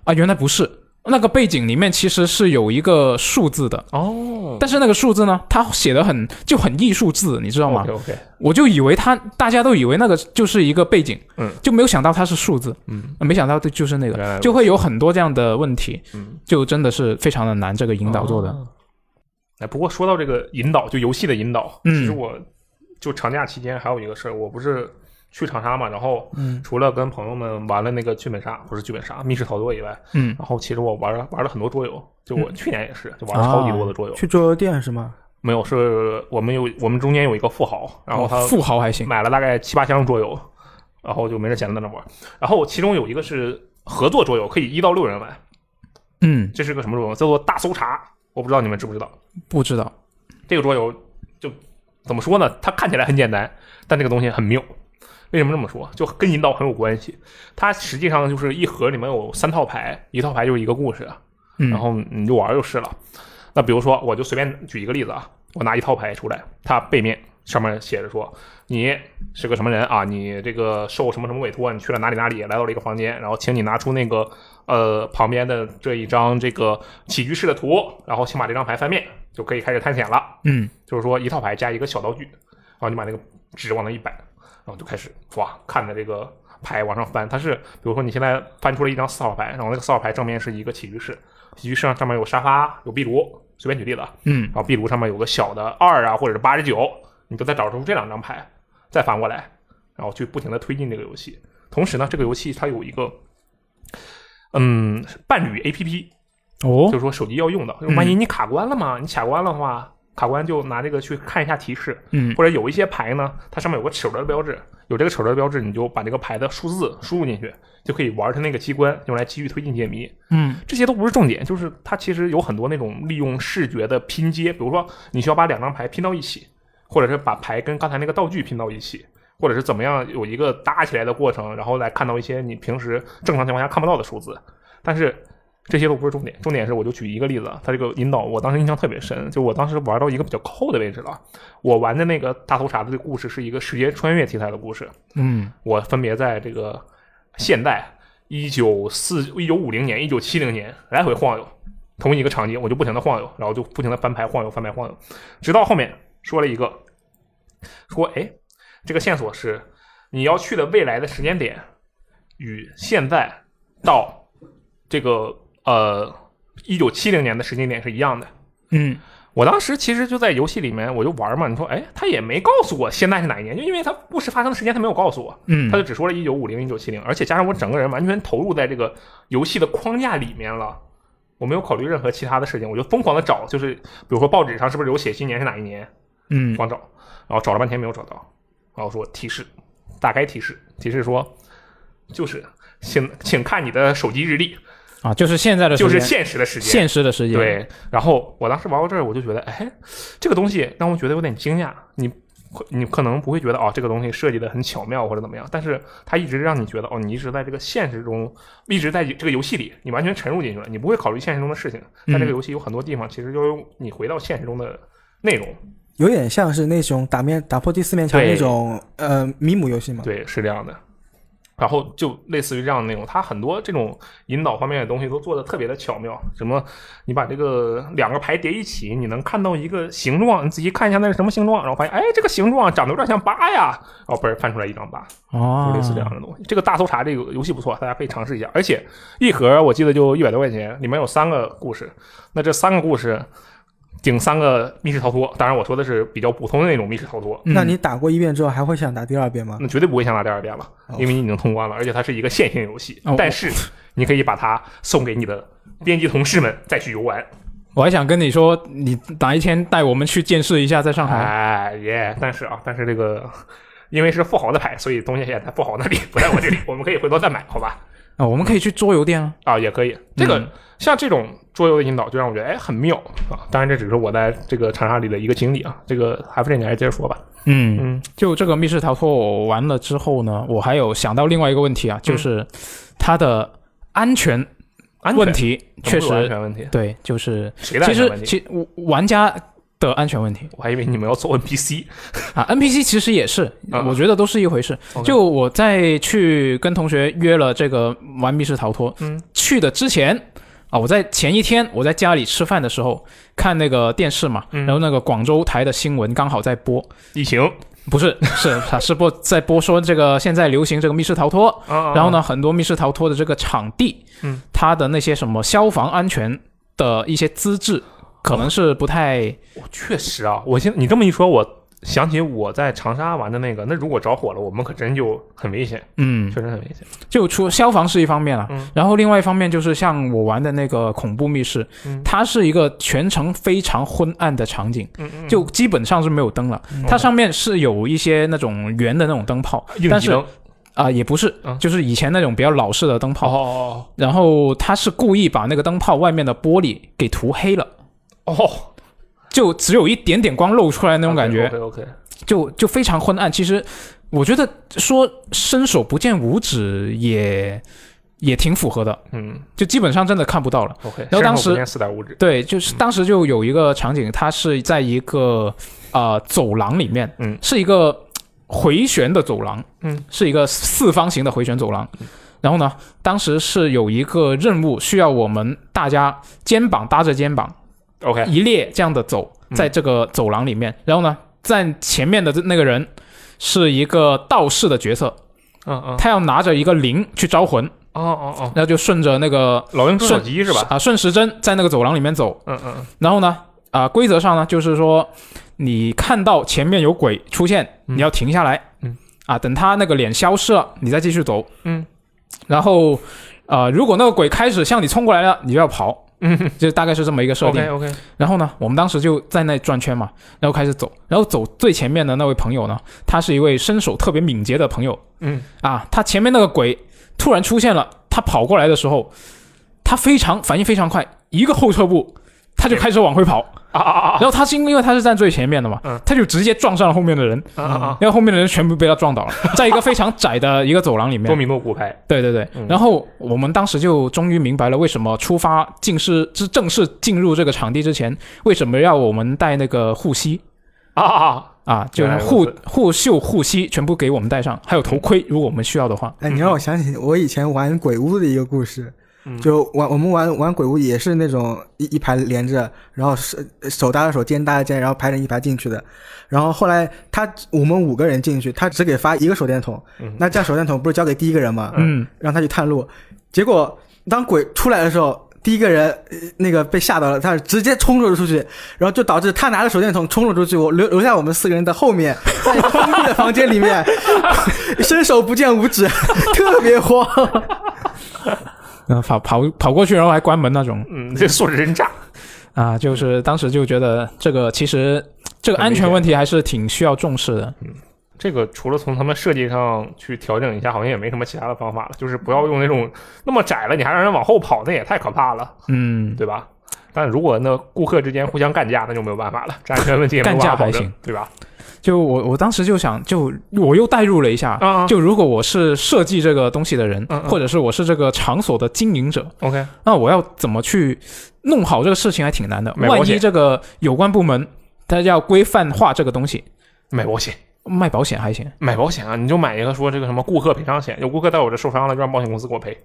啊，原来不是。那个背景里面其实是有一个数字的，
哦，
但是那个数字呢，它写的很就很艺术字，你知道吗？
？OK，
我就以为他大家都以为那个就是一个背景，
嗯，
就没有想到它是数字，
嗯
没想到这就是那
原来
个，
如此
就会有很多这样的问题，
嗯，
就真的是非常的难。这个引导做的，
哦。哎，不过说到这个引导，就游戏的引导，
嗯
其实我就长假期间还有一个事儿，我不是去长沙嘛，然后
嗯
除了跟朋友们玩了那个剧本杀，不是剧本杀，密室逃脱以外，
嗯
然后其实我玩了玩了很多桌游，就我
嗯
去年也是，就玩了超级多的桌游。
去桌游店是吗？
没有，是我们有我们中间有一个富豪，然后他
哦富豪还行，
买了大概七八箱桌游，然后就没人闲在那玩。然后其中有一个是合作桌游，可以一到六人玩，
嗯，
这是个什么桌游？叫做大搜查，我不知道你们知不知道。
不知道，
这个桌游就怎么说呢？它看起来很简单，但这个东西很妙。为什么这么说？就跟引导很有关系。它实际上就是一盒里面有三套牌，一套牌就是一个故事，啊
嗯，
然后你就玩儿就是了。那比如说，我就随便举一个例子啊，我拿一套牌出来，它背面上面写着说你是个什么人啊，你这个受什么什么委托，啊你去了哪里哪里，来到了一个房间，然后请你拿出那个呃旁边的这一张这个起居室的图，然后请把这张牌翻面，就可以开始探险了。
嗯
就是说一套牌加一个小道具，然后你把那个纸往那一摆，然后就开始哇看着这个牌往上翻。它是比如说你现在翻出了一张四号牌，然后那个四号牌正面是一个起居室，起居室上上面有沙发有壁炉，随便举例子啊，
嗯
然后壁炉上面有个小的二啊或者是八十九，你就再找出这两张牌，再翻过来，然后去不停的推进这个游戏。同时呢，这个游戏它有一个嗯伴侣 A P P，
哦
就，是说手机要用到，万一你卡关了嘛，你卡关了的话，卡关就拿这个去看一下提示，
嗯
或者有一些牌呢，它上面有个齿轮的标志，有这个齿轮的标志，你就把这个牌的数字输入进去，就可以玩它那个机关，用来继续推进解谜。
嗯
这些都不是重点，就是它其实有很多那种利用视觉的拼接，比如说你需要把两张牌拼到一起，或者是把牌跟刚才那个道具拼到一起，或者是怎么样有一个搭起来的过程，然后来看到一些你平时正常情况下看不到的数字。但是这些都不是重点，重点是我就举一个例子，啊，它这个引导我当时印象特别深，就我当时玩到一个比较靠后的位置了，我玩的那个大头镲子的故事是一个时间穿越题材的故事，
嗯
我分别在这个现代一九四一九五零年、一九七零年来回晃悠，同一个场景，我就不停的晃悠，然后就不停的翻牌晃悠、翻牌晃悠，直到后面说了一个，说哎，这个线索是你要去的未来的时间点与现在到这个呃一九七零年的时间点是一样的。
嗯
我当时其实就在游戏里面，我就玩嘛。你说，哎，他也没告诉我现在是哪一年，就因为他故事发生的时间他没有告诉我。
嗯
他就只说了一九五零、一九七零，而且加上我整个人完全投入在这个游戏的框架里面了，我没有考虑任何其他的事情，我就疯狂的找，就是比如说报纸上是不是有写今年是哪一年，
嗯
光找，然后找了半天没有找到，然后说提示，打开提示，提示说就是请请看你的手机日历，
啊，就是现在的时
就
间
是现实的时间，
现实的时间，，
对，然后我当时玩到这儿，我就觉得，哎，这个东西让我觉得有点惊讶。你你可能不会觉得哦，这个东西设计的很巧妙或者怎么样，但是它一直让你觉得哦，你一直在这个现实中，一直在这个游戏里，你完全沉入进去了，你不会考虑现实中的事情。但这个游戏有很多地方其实就用你回到现实中的内容。
有点像是那种打面打破第四面墙
对
那种呃迷母游戏嘛。
对，是这样的。然后就类似于这样的内容，它很多这种引导方面的东西都做的特别的巧妙。什么，你把这个两个牌叠一起，你能看到一个形状，你仔细看一下那是什么形状，然后发现，哎，这个形状长得有点像八呀，然后嘣儿翻出来一张八，
哦
就，类似这样的东西。这个大搜查这个游戏不错，大家可以尝试一下。而且一盒我记得就一百多块钱，里面有三个故事，那这三个故事顶三个密室逃脱。当然，我说的是比较普通的那种密室逃脱，
嗯
那你打过一遍之后，还会想打第二遍吗？
那绝对不会想打第二遍了
哦，
因为你已经通关了，而且它是一个线性游戏
哦。
但是你可以把它送给你的编辑同事们再去游玩。
我还想跟你说，你哪一天带我们去见识一下在上海。
哎耶！但是啊，但是这个因为是富豪的牌，所以东西也在富豪那里，不在我这里。 我们可以回头再买，好吧？
啊，我们可以去桌游店啊。
啊，也可以。这个
嗯
像这种桌游的引导，就让我觉得哎很妙啊。当然，这只是我在这个长沙里的一个经历啊。这个还不是你还是接着说吧。
嗯
嗯
就这个密室逃脱我完了之后呢，我还有想到另外一个问
嗯
题啊，就是它的安全
安全
问题确
有没有安
实
全问题，
对，就是
谁的
其
安全
实
问题？
其我玩家的安全问题
我还以为你们要做 NPC。
啊，NPC 其实也是，
嗯
我觉得都是一回事。
OK
就我在去跟同学约了这个玩密室逃脱，
嗯
去的之前啊，我在前一天我在家里吃饭的时候看那个电视嘛，
嗯
然后那个广州台的新闻刚好在播，
疫情
不是是 它是播在播说这个现在流行这个密室逃脱，
啊，
然后呢很多密室逃脱的这个场地，
嗯，
它的那些什么消防安全的一些资质。可能是不太
确实啊，我现你这么一说，我想起我在长沙玩的那个，那如果着火了，我们可真就很危险，
嗯，
确实很危险。
就除消防是一方面啊，
嗯
然后另外一方面就是像我玩的那个恐怖密室，
嗯
它是一个全程非常昏暗的场景，
嗯嗯
就基本上是没有灯了。它上面是有一些那种圆的那种灯泡，
应
但
急
是
灯
啊、也不是
嗯，
就是以前那种比较老式的灯泡。
哦
然后它是故意把那个灯泡外面的玻璃给涂黑了，
哦哦，啊
就只有一点点光露出来那种感觉，
OK OK，
就就非常昏暗。其实我觉得说伸手不见五指也也挺符合的。
嗯
就基本上真的看不到了。
OK。
然后当时
四点五指，
对，就是当时就有一个场景，它是在一个呃走廊里面，
嗯
是一个回旋的走廊，
嗯，
是一个四方形的回旋走廊。然后呢，当时是有一个任务需要我们大家肩膀搭着肩膀
OK
一列这样的走，
哎嗯
在这个走廊里面。然后呢，站前面的这那个人是一个道士的角色，
嗯嗯
他要拿着一个铃去招魂，
哦哦哦，
然后就顺着那个
老鹰捉小
顺
鸡是吧？
啊，顺时针在那个走廊里面走，
嗯嗯
然后呢，啊、规则上呢，就是说你看到前面有鬼出现，
嗯
你要停下来，
嗯，
啊，等他那个脸消失了，你再继续走，啊
嗯，
然后，呃，如果那个鬼开始向你冲过来了，你就要跑，
嗯嗯
就大概是这么一个设定。
，OK OK，
然后呢，我们当时就在那转圈嘛，然后开始走，然后走最前面的那位朋友呢，他是一位身手特别敏捷的朋友
嗯，
啊，他前面那个鬼突然出现了，他跑过来的时候，他非常反应非常快，一个后撤步，他就开始往回跑，
啊啊啊
然后他是因为他是站最前面的嘛
嗯，
他就直接撞上了后面的人，
啊啊啊！
因为后面的人全部被他撞 倒了，在一个非常窄的一个走廊里面
多，米诺骨牌，
对对对
嗯，
然后我们当时就终于明白了为什么出发进是是正式进入这个场地之前，为什么要我们带那个护膝
啊啊啊！
啊，就
原
是
来如
护
此
护袖、护膝全部给我们带上，还有头盔，如果我们需要的话。
哎，你让我想起我以前玩鬼屋的一个故事，
嗯
就玩我们玩玩鬼屋也是那种一一排连着，然后手手搭着手，肩搭着肩，然后排成一排进去的。然后后来他我们五个人进去，他只给发一个手电筒，
嗯
那这样手电筒不是交给第一个人吗？
嗯，
让他去探路。结果当鬼出来的时候，第一个人呃那个被吓到了，他直接冲了出去，然后就导致他拿着手电筒冲了出去，我留留下我们四个人在后面， 在封闭的房间里面， 伸手不见五指， 特别慌。
嗯，跑跑跑过去，然后还关门那种
嗯，这素质真炸。
啊，就是当时就觉得这个其实这个
很
安
危
全
险
问题还是挺需要重视的。
这个除了从他们设计上去调整一下，好像也没什么其他的方法了。就是不要用那种那么窄了，你还让人往后跑，那也太可怕了，
嗯，
对吧？但如果那顾客之间互相干架，那就没有办法了，这安全问题也没有办法
干架
保
还
证
行，
对吧？
就我我当时就想，就我又代入了一下
啊啊，
就如果我是设计这个东西的人
嗯，嗯
或者是我是这个场所的经营者，
OK，
那我要怎么去弄好这个事情还挺难的。
买保
万
险
一这个有关部门他要规范化这个东西，
买保险，
卖保险 还行，
买保险啊！你就买一个说这个什么顾客赔偿险，有顾客在我这受伤了，就让保险公司给我赔。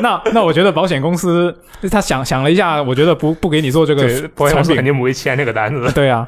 那那我觉得保险公司他想想了一下，我觉得不不给你做这个
对，保险
产
公司肯
品，
定不会签这个单子的。
对啊，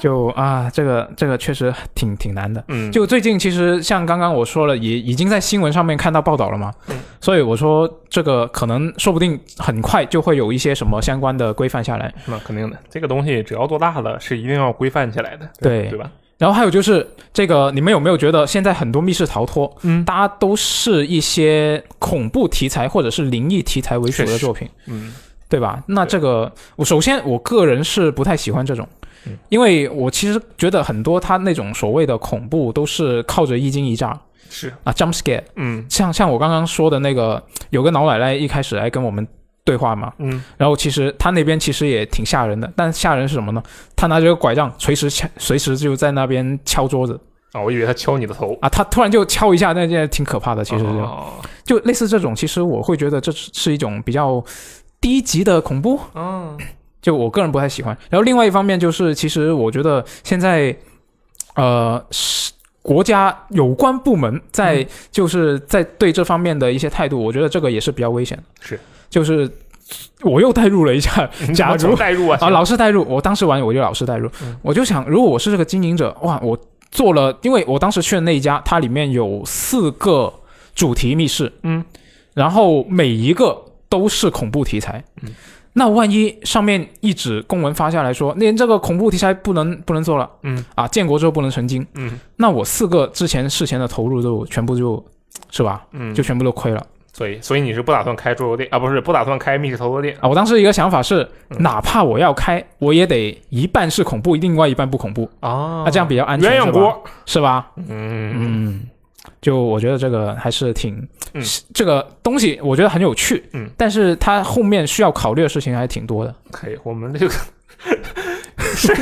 就啊这个这个确实挺挺难的。
嗯，
就最近其实像刚刚我说了，也已经在新闻上面看到报道了嘛，
嗯
所以我说这个可能说不定很快就会有一些什么相关的规范下来。
那肯定的，这个东西只要做大了，是一定要规范起来的，
对
对吧？
然后还有就是这个，你们有没有觉得现在很多密室逃脱，
嗯
大家都是一些恐怖题材或者是灵异题材为主
确
的
实
作品，
嗯
对吧？那
对
这个，我首先我个人是不太喜欢这种
嗯，
因为我其实觉得很多他那种所谓的恐怖都是靠着一惊一乍
是，
啊，jump scare。
嗯
像像我刚刚说的那个，有个老奶奶一开始来跟我们对话嘛，
嗯，
然后其实他那边其实也挺吓人的，但吓人是什么呢？他拿着个拐杖，随时敲，随时就在那边敲桌子。
啊，我以为他敲你的头，
啊，他突然就敲一下，那件挺可怕的。其实就、
哦
就类似这种，其实我会觉得这是是一种比较低级的恐怖，
嗯
就我个人不太喜欢。然后另外一方面就是，其实我觉得现在，呃，是国家有关部门在、就是在对这方面的一些态度，我觉得这个也是比较危险的。
是，
就是我又代入了一下，假如
代入啊
啊，老是代入。我当时玩我就老是代入，
嗯
我就想，如果我是这个经营者，哇，我做了，因为我当时去的那一家，它里面有四个主题密室，
嗯，
然后每一个都是恐怖题材，
嗯
那万一上面一纸公文发下来说，连这个恐怖题材不能不能做了，
嗯
啊，建国之后不能成精，
嗯
那我四个之前事前的投入就全部就，是吧？
嗯，
就全部都亏了
所以所以你是不打算开桌游店啊？不是不打算开密室逃脱店？
啊！我当时一个想法是，
嗯
哪怕我要开，我也得一半是恐怖，另外一半不恐怖。
啊
那、这样比较安全，
鸳鸯锅，
是吧？
嗯
嗯，就我觉得这个还是挺，
嗯
这个东西我觉得很有趣，
嗯，
但是它后面需要考虑的事情还挺多的。
可以，我们这 个是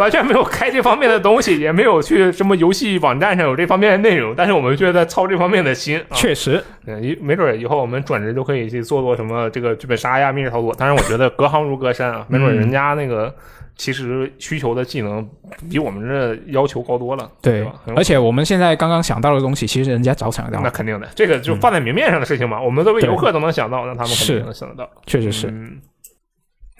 完全没有开这方面的东西，也没有去什么游戏网站上有这方面的内容，但是我们却在操这方面的心啊。
确实，
嗯，一没准儿以后我们转职就可以去做做什么这个剧本杀呀、密室逃脱。当然，我觉得隔行如隔山啊，没准儿
嗯
人家那个其实需求的技能比我们这要求高多了，对
对
吧？哎很有
而且我们现在刚刚想到的东西，其实人家早想到
那
了，
肯定的，这个就放在明面上的事情嘛，我们作为游客都能想到，那他们肯定
嗯是
能想得到。
确实是。
嗯。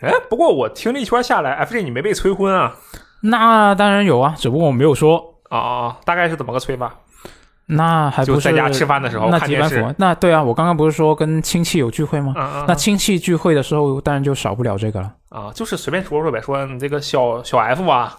哎，不过我听了一圈下来，FJ 你没被催婚啊？
那当然有啊，只不过我没有说，
啊啊啊！大概是怎么个催法？
那哎还不
就是在家吃饭的时候
那
看
几
电
板
视。
斧，那对啊，我刚刚不是说跟亲戚有聚会吗？
啊啊！
那亲戚聚会的时候，当然就少不了这个了。
啊，就是随便说说呗，说你这个小小 F 啊，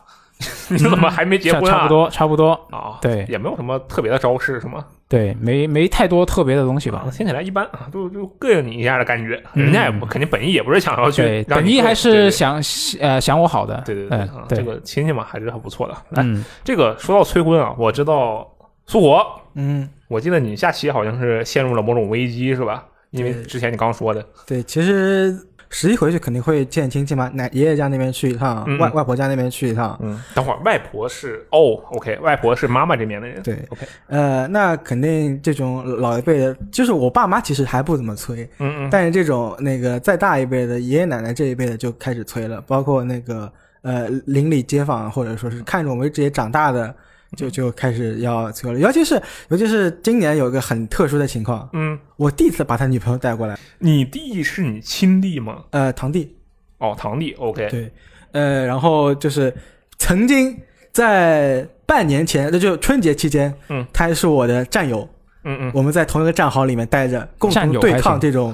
你怎么还没结婚啊？
嗯差不多，差不多，
啊，
对
也没有什么特别的招式是吗？
对，没没太多特别的东西
啊
吧，。嗯
听起来一般啊，就就膈应你一下的感觉。人家也不肯定本意也不是想要去
对，
让
本
你
意
过
还是
对
想呃想我好的，
对对对对
嗯
啊，
对，
这个哎亲戚嘛还是很不错的。来，
嗯
这个说到催婚啊，我知道苏活，
嗯，
我记得你下棋好像是陷入了某种危机是吧？因为
对
之前你刚说的，
对，其实十一回去肯定会见亲戚嘛，奶爷爷家那边去一趟，
嗯嗯
外外婆家那边去一趟。
嗯，等会儿外婆是哦，OK，外婆是妈妈这边的人，
对
OK
呃，那肯定这种老一辈的，就是我爸妈其实还不怎么催，
嗯嗯，
但是这种那个再大一辈的爷爷奶奶这一辈的就开始催了，包括那个呃邻里街坊或者说是看着我们这些长大的，就就开始要催了。尤其是尤其是今年有一个很特殊的情况，
嗯，
我弟次把他女朋友带过来，
你弟是你亲弟吗？
呃，堂弟，
哦，堂弟，OK，
对，呃，然后就是曾经在半年前，那就春节期间，
嗯，
他是我的战友，
嗯嗯，
我们在同一个战壕里面待着，共
战
同
友
对
还
抗
行
这种，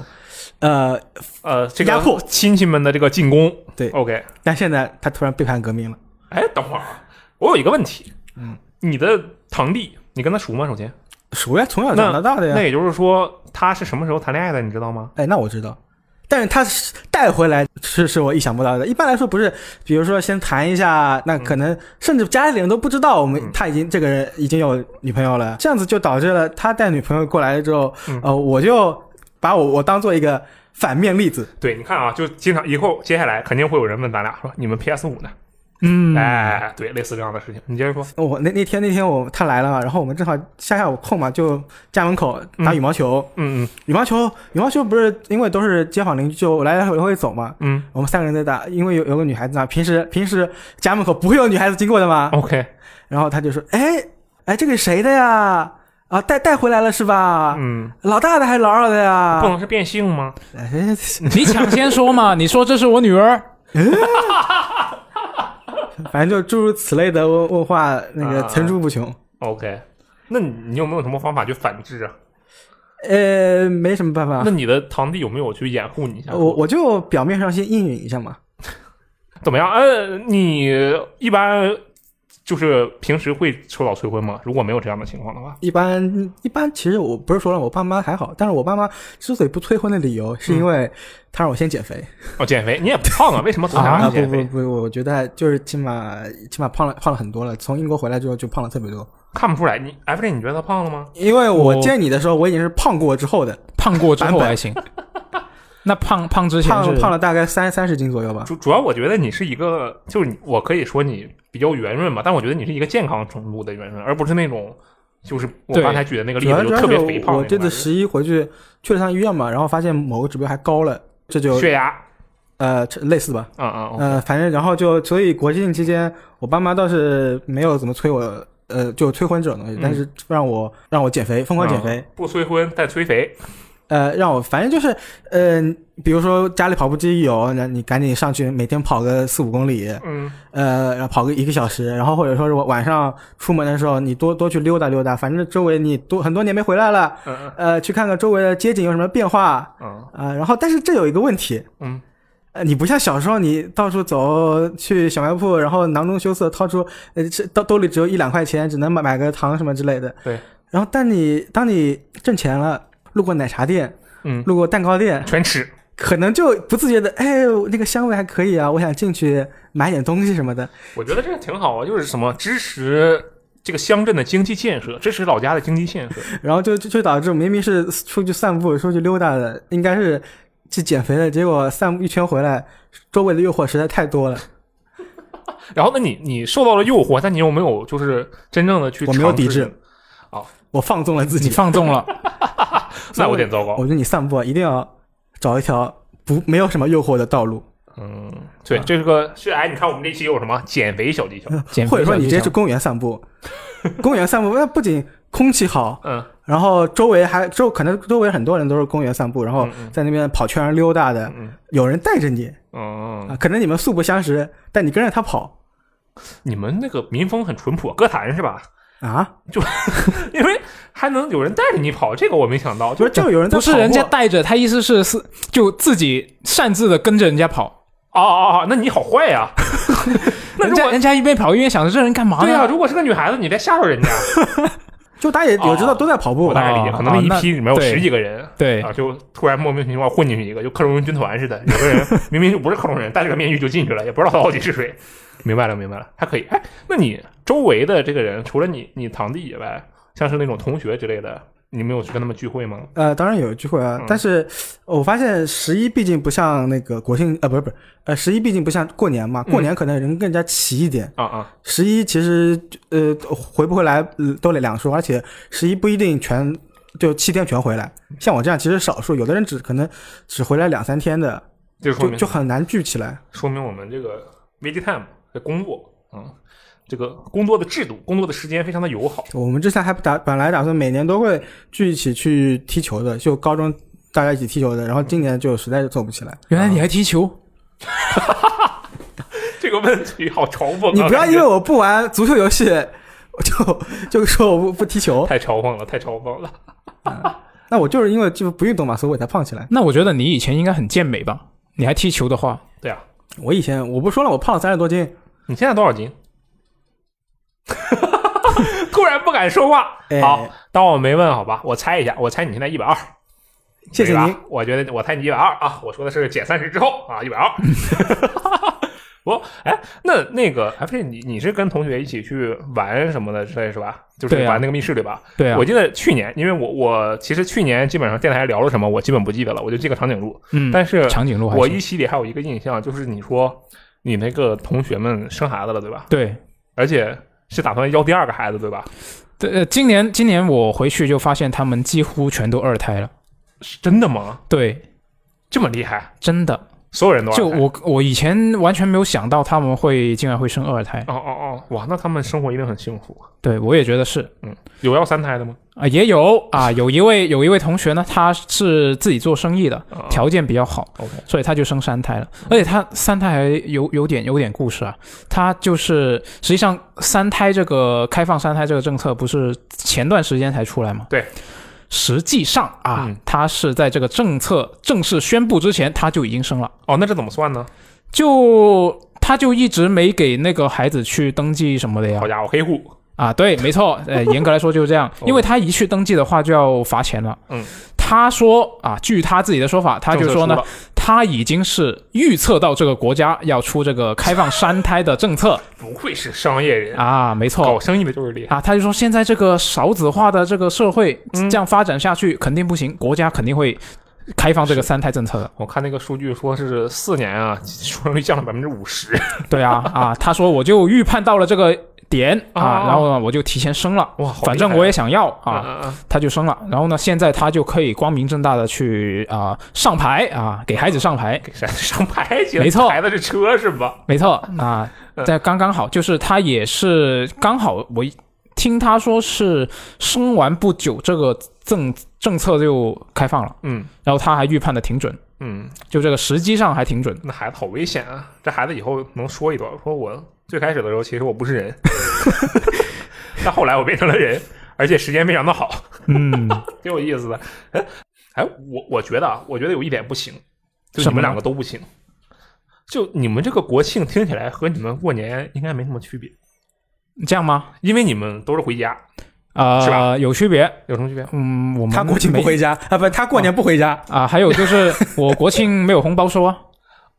呃，
呃，这个
压迫
亲戚们的这个进攻，
对
，OK，
但现在他突然背叛革命了，
哎，等会儿啊，我有一个问题，嗯，你的堂弟，你跟他熟吗？首先，
熟呀，从小长到大的
那
呀，
也就是说他是什么时候谈恋爱的，你知道吗？
哎，那我知道。但是他是带回来是是我意想不到的。一般来说不是，比如说先谈一下，那可能甚至家里人都不知道我们
嗯
他已经这个人已经有女朋友了，这样子就导致了他带女朋友过来了之后
嗯，
呃，我就把我我当做一个反面例子，
对，你看啊，就经常以后接下来肯定会有人问咱俩说你们 PS 五呢？
嗯，
哎，对，类似这样的事情，你接着说。
我那那天那天我他来了嘛，然后我们正好下下午空嘛，就家门口打羽毛球，
嗯
羽毛球羽毛球不是因为都是街坊邻居，就来来回回走嘛。
嗯
我们三个人在打，因为有有个女孩子嘛，平时平时家门口不会有女孩子经过的嘛
嗯。，OK，
然后他就说：“哎哎，这个谁的呀？啊，带带回来了是吧？
嗯，
老大的还是老二的呀
不？能是变性吗？
哎 哎哎
你抢先说嘛，你说这是我女儿，
反正就诸如此类的问问话，那个
啊
层出不穷。
OK，那你你有没有什么方法去反制啊？
呃，没什么办
嗯
法
那，你的堂弟有没有去掩护你一下？
我我就表面上先应允一下嘛。
怎么样？呃，你一般就是平时会收到催婚吗？如果没有这样的情况的话，
一般一般，其实我不是说了，我爸妈还好，但是我爸妈之所以不催婚的理由，是
嗯
因为他让我先减肥。
哦，减肥你也不胖啊，为什么总想
啊
让你
不
减
不
肥？
不，我觉得就是起码起码胖了胖了很多了，从英国回来之后就胖了特别多。
看不出来，你 F J 你觉得他胖了吗？
因为我
我
见你的时候，我已经是胖过之后的，
胖过之后
版本
还行。那胖胖之前
胖
是
胖了大概三三十斤左右吧。
主主要我觉得你是一个，就是你，我可以说你比较圆润吧，但我觉得你是一个健康程度的圆润，而不是那种就是我
对
刚才举的那个
主
例子，
要主
就
要
特
是
别肥胖
我
那
这
种
次
感
十一回去去了趟医院嘛，然后发现某个指标还高了，这
觉。
就
血压，
呃这类似吧。
嗯嗯嗯，
呃，反正然后就，所以国庆期间，我爸妈倒是没有怎么催我，呃，就催婚这种东西
嗯，啊
但是让我让我减肥，疯狂减肥，
不催婚但催肥，
呃，让我反正就是，呃，比如说家里跑步机有，那你赶紧上去，每天跑个四五公里，
嗯
呃，然后跑个一个小时，然后或者说是晚晚上出门的时候，你多多去溜达溜达，反正周围你多很多年没回来了，
嗯嗯
呃，去看看周围的街景有什么变化
嗯
啊、然后但是这有一个问题，
嗯，
呃，你不像小时候，你到处走去小卖部，然后囊中羞涩，掏出呃这兜兜里只有一两块钱，只能买买个糖什么之类的。
对。
然后，但你当你挣钱了，路过奶茶店，
嗯，
路过蛋糕店，
全吃，
可能就不自觉的，哎，那个香味还可以啊，我想进去买点东西什么的。
我觉得这个挺好啊，就是什么支持这个乡镇的经济建设，支持老家的经济建设。
然后就就就导致明明是出去散步、出去溜达的，应该是去减肥的，结果散步一圈回来，周围的诱惑实在太多了，
然后，那你你受到了诱惑，但你有没有就是真正的去
我没有
尝试哦嗯
抵制？我放纵了自
你
己。
放纵了，
那有点糟糕
我。觉得你散步啊，一定要找一条不没有什么诱惑的道路，
嗯，对，这是个是哎，你看我们这期有什么减肥小技巧？
嗯
减肥
或者说你直接
小技
去
巧
公园散步。公园散步，那不仅空气好，
嗯，
然后周围还周可能周围很多人都是公园散步，然后
嗯嗯
在那边跑圈儿溜达的，
嗯
有人带着你
嗯，
啊，
嗯
可能你们素不相识，但你跟着他跑
你们那个民风很淳朴，歌坛是吧？
啊，
因为还能有人带着你跑，这个我没想到。就
不
是
就有人在
不是
跑
人家
步
带着，他意思是是就自己擅自的跟着人家跑。
哦哦哦，那你好坏呀、那
人
如
家
果
人家一边跑一边想着这人干
啊
嘛
对啊呀、
呢？
如果是个女孩子，你别吓着人家。
就大家也也知道都在跑步啊
我，大概哦理解，可能
哦
一
那
批里面有
对
十几个人，
对
啊，就突然莫名其妙混进去一个，就克隆人军团似的，有个人 明明就不是克隆人，戴着个面具就进去了，也不知道他到底是谁。明白了，明白了，还可以。哎，那你周围的这个人，除了你你堂弟以外，像是那种同学之类的，你没有去跟他们聚会吗？
呃，当然有聚会啊
嗯，
但是我发现十一毕竟不像那个国庆，呃，不是不是，呃，十一毕竟不像过年嘛，过
嗯
年可能人更加齐一点。
啊啊，
十一其实呃回不回来呃都得两说，而且十一不一定全就七天全回来，像我这样其实少数，有的人只可能只回来两三天的，
这说
就
明
就很难聚起来。
说明我们这个 VG time 的工作，嗯，这个工作的制度、工作的时间非常的友好。
我们之前还打本来打算每年都会聚一起去踢球的，就高中大家一起踢球的，然后今年就实在是凑不起来。
原来你还踢球，
这个问题好 嘲讽啊！
你不
感
要
觉
因为我不玩足球游戏，就就说我不不踢球。
太嘲讽了，太嘲讽了。
那我就是因为就不运动嘛，所以我才胖起来。
那我觉得你以前应该很健美吧？你还踢球的话，
对啊，
我以前我不说了，我胖了三十多斤。
你现在多少斤？ 突然不敢说话。
哎
好，当我没问好吧？我猜一下，我猜你现在一百二。
谢谢
对
您
吧，我觉得我猜你一百二啊，我说的是减三十之后啊，一百二。 我哎，那那个哎，不是你，你是跟同学一起去玩什么的之类是吧？就是
对啊
玩那个密室对吧？
对啊
我，记得去年，因为我我其实去年基本上电台聊了什么，我基本不记得了，我就记个长颈鹿。
嗯，
但是
长颈鹿还
我
行
依稀里还有一个印象，就是你说你那个同学们生孩子了对吧？
对
而且是打算要第二个孩子对吧？
对，呃，今年今年我回去就发现他们几乎全都二胎了，
是真的吗？
对，
这么厉害，
真的，
所有人都二胎
就我我以前完全没有想到他们会竟然会生二胎，
哦哦哦，哇，那他们生活一定很幸福。啊
对我也觉得是。
有要三胎的吗？
啊，也有 啊，有一位有一位同学呢，他是自己做生意的，
啊
条件比较好，
OK，
所以他就生三胎了。
嗯
而且他三胎还有有点有点故事啊，他就是实际上三胎这个开放三胎这个政策不是前段时间才出来吗？
对。
实际上啊，
嗯
他是在这个政策正式宣布之前，他就已经生了，
哦，那这怎么算呢？
就他就一直没给那个孩子去登记什么的呀
好。家伙，黑户，
啊，对，没错，呃，严格来说就是这样
哦
因为他一去登记的话就要罚钱了。
嗯，
他说啊，据他自己的说法，他就说呢
政策，出
他已经是预测到这个国家要出这个开放三胎的政 策
了，不愧是商业人，
啊，没
搞
错。
生意的就是厉害。
啊，他就说现在这个少子化的这个社会
嗯
这样发展下去肯定不行，国家肯定会开放这个三胎政策的。
我看那个数据说是四年啊，出生率降了百分之五十。
对啊，啊，他说我就预判到了这个点啊
哦，
然后呢我就提前生了，
哇，好厉害
反正我也想要啊，
嗯
啊，
他就生了，然后呢，现在他就可以光明正大的去啊、上牌啊、给孩子上
嗯
牌，
给孩子上牌去了，
没错
孩子是车是吧？
没错啊，
嗯
在刚刚好，就是他也是刚好，我听他说是生完不久，这个政政策就开放了，
嗯
然后他还预判的挺准，
嗯，
就这个时机上还挺准，
那孩子好危险啊！这孩子以后能说一段，说我最开始的时候其实我不是人， 但后来我变成了人，而且时间非常的好，
嗯，
挺有意思的。哎，哎，我我觉得啊，我觉得有一点不行，就
什
你
么呢
们两个都不行。就你们这个国庆听起来和你们过年应该没什么区别，
这样吗？
因为你们都是回家，是吧
呃，有区别，
有什么区别？
嗯，我们
他国庆不
没
回家
嗯
啊，不，他过年不回家。
啊、还有就是我国庆没有红包收啊。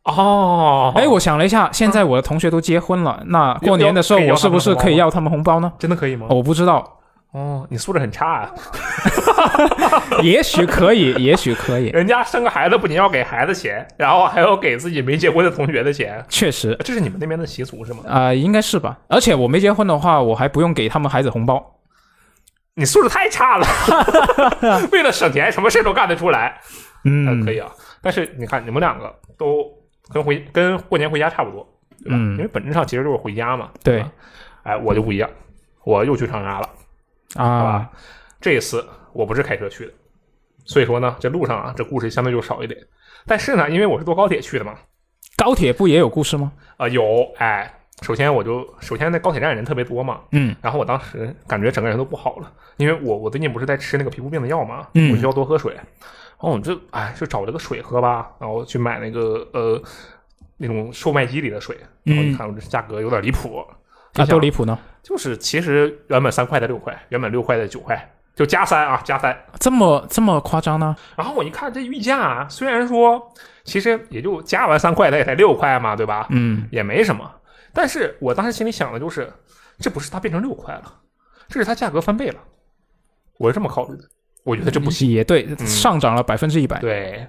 哦，
哎，我想了一下，现在我的同学都结婚了，那过年的时候
要要
我是不是可以要他们红包呢？
真的可以吗
哦？我不知道，
哦，你素质很差啊！
也许可以， 也许可以，
人家生个孩子不仅要给孩子钱，然后还要给自己没结婚的同学的钱，
确实，
这是你们那边的习俗是吗？
啊，应该是吧。而且我没结婚的话，我还不用给他们孩子红包。
你素质太差了， 为了省钱，什么事都干得出来，嗯，
嗯，
可以啊。但是你看，你们两个都跟回跟过年回家差不多，对吧？
嗯
因为本质上其实就是回家嘛。
对
吧哎，我就不一样，我又去长沙了，好吧？
啊，
这一次我不是开车去的，所以说呢，这路上啊，这故事相对就少一点。但是呢，因为我是坐高铁去的嘛，
高铁不也有故事吗？
啊、有哎，首先我就首先那高铁站人特别多嘛，
嗯，
然后我当时感觉整个人都不好了，因为我我最近不是在吃那个皮肤病的药嘛，
嗯
我需要哦多喝水，然后我就哎就找了个水喝吧，然后去买那个呃那种售卖机里的水，然后你
嗯
看这价格有点离谱，
啊，
想
多离谱呢！
就是其实原本三块的六块，原本六块的九块，就加三啊，加三。
这么这么夸张呢？
然后我一看这预价、啊，虽然说其实也就加完三块，它也才六块嘛，对吧？
嗯，
也没什么。但是我当时心里想的就是，这不是它变成六块了，这是它价格翻倍了。我是这么考虑的，我觉得这不行。
也对，
嗯
上涨了百分之一百。
对，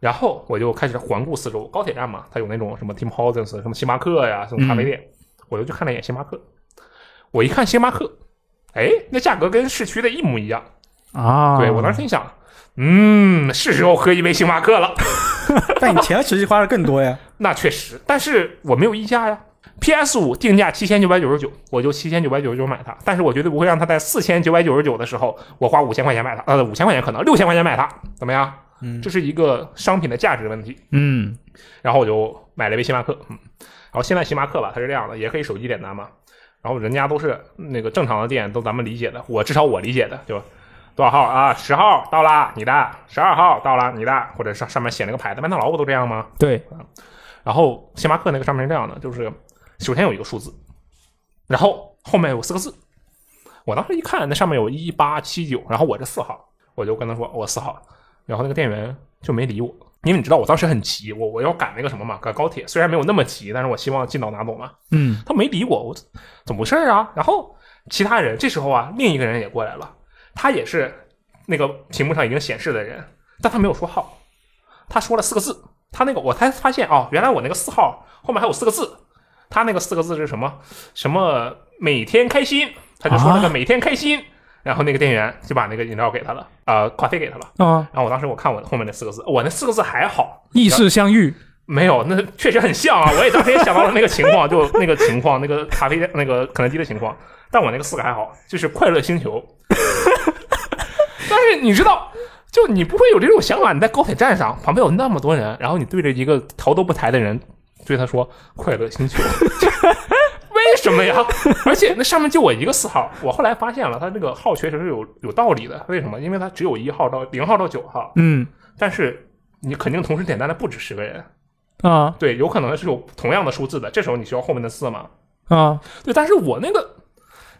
然后我就开始环顾四周，高铁站嘛，它有那种什么 Tim Hortons、什么星巴克呀，这种
嗯
咖啡店，我就去看了一眼星巴克。我一看星巴克，哎，那价格跟市区的一模一样。
啊，
对我当时心想，嗯，是时候喝一杯星巴克了。
但你钱实际花的更 多呀。
那确实，但是我没有溢价呀。PS 五定价七千九百九十九，我就七千九百九十九买它，但是我绝对不会让它在四千九百九十九的时候，我花五千块钱买它，呃，五千块钱可能六千块钱买它，怎么样？
嗯
这是一个商品的价值问题。
嗯
然后我就买了一杯星巴克，嗯，然后现在星巴克吧，它是这样的，也可以手机点单嘛。然后人家都是那个正常的店，都咱们理解的，我至少我理解的就多少号啊，十号到啦，你的；十二号到啦，你的，或者上上面写了个牌子，麦当劳不都这样吗？
对，
然后星巴克那个上面是这样的，就是首先有一个数字，然后后面有四个字。我当时一看，那上面有一八七九，然后我这四号，我就跟他说我四号，然后那个店员就没理我，因为你知道我当时很急，我我要赶那个什么嘛，赶高铁，虽然没有那么急，但是我希望尽早拿走嘛。
嗯
他没理我，我怎么回事儿啊？然后其他人这时候啊，另一个人也过来了，他也是那个屏幕上已经显示的人，但他没有说号，他说了四个字，他那个我才发现哦，原来我那个四号后面还有四个字，他那个四个字是什么？什么每天开心，他就说那个每天开心，然后那个店员就把那个饮料给他了，呃，咖啡给他了。
啊，
然后我当时我看我后面那四个字，我那四个字还好，
意识相遇，
没有，那确实很像啊！我也当时也想到了那个情况， 就那个情况，那个咖啡店、那个肯德基的情况。但我那个四个还好，就是快乐星球。 但是你知道，就你不会有这种想法。你在高铁站上，旁边有那么多人，然后你对着一个头都不抬的人，对他说“快乐星球”， 为什么呀？而且那上面就我一个四号。我后来发现了，他这个号确实是有有道理的。为什么？因为他只有一号到零号到九号，
嗯
但是你肯定同时点单的不止十个人。
啊
对，有可能是有同样的数字的，这时候你需要后面的四嘛？
啊，
对，但是我那个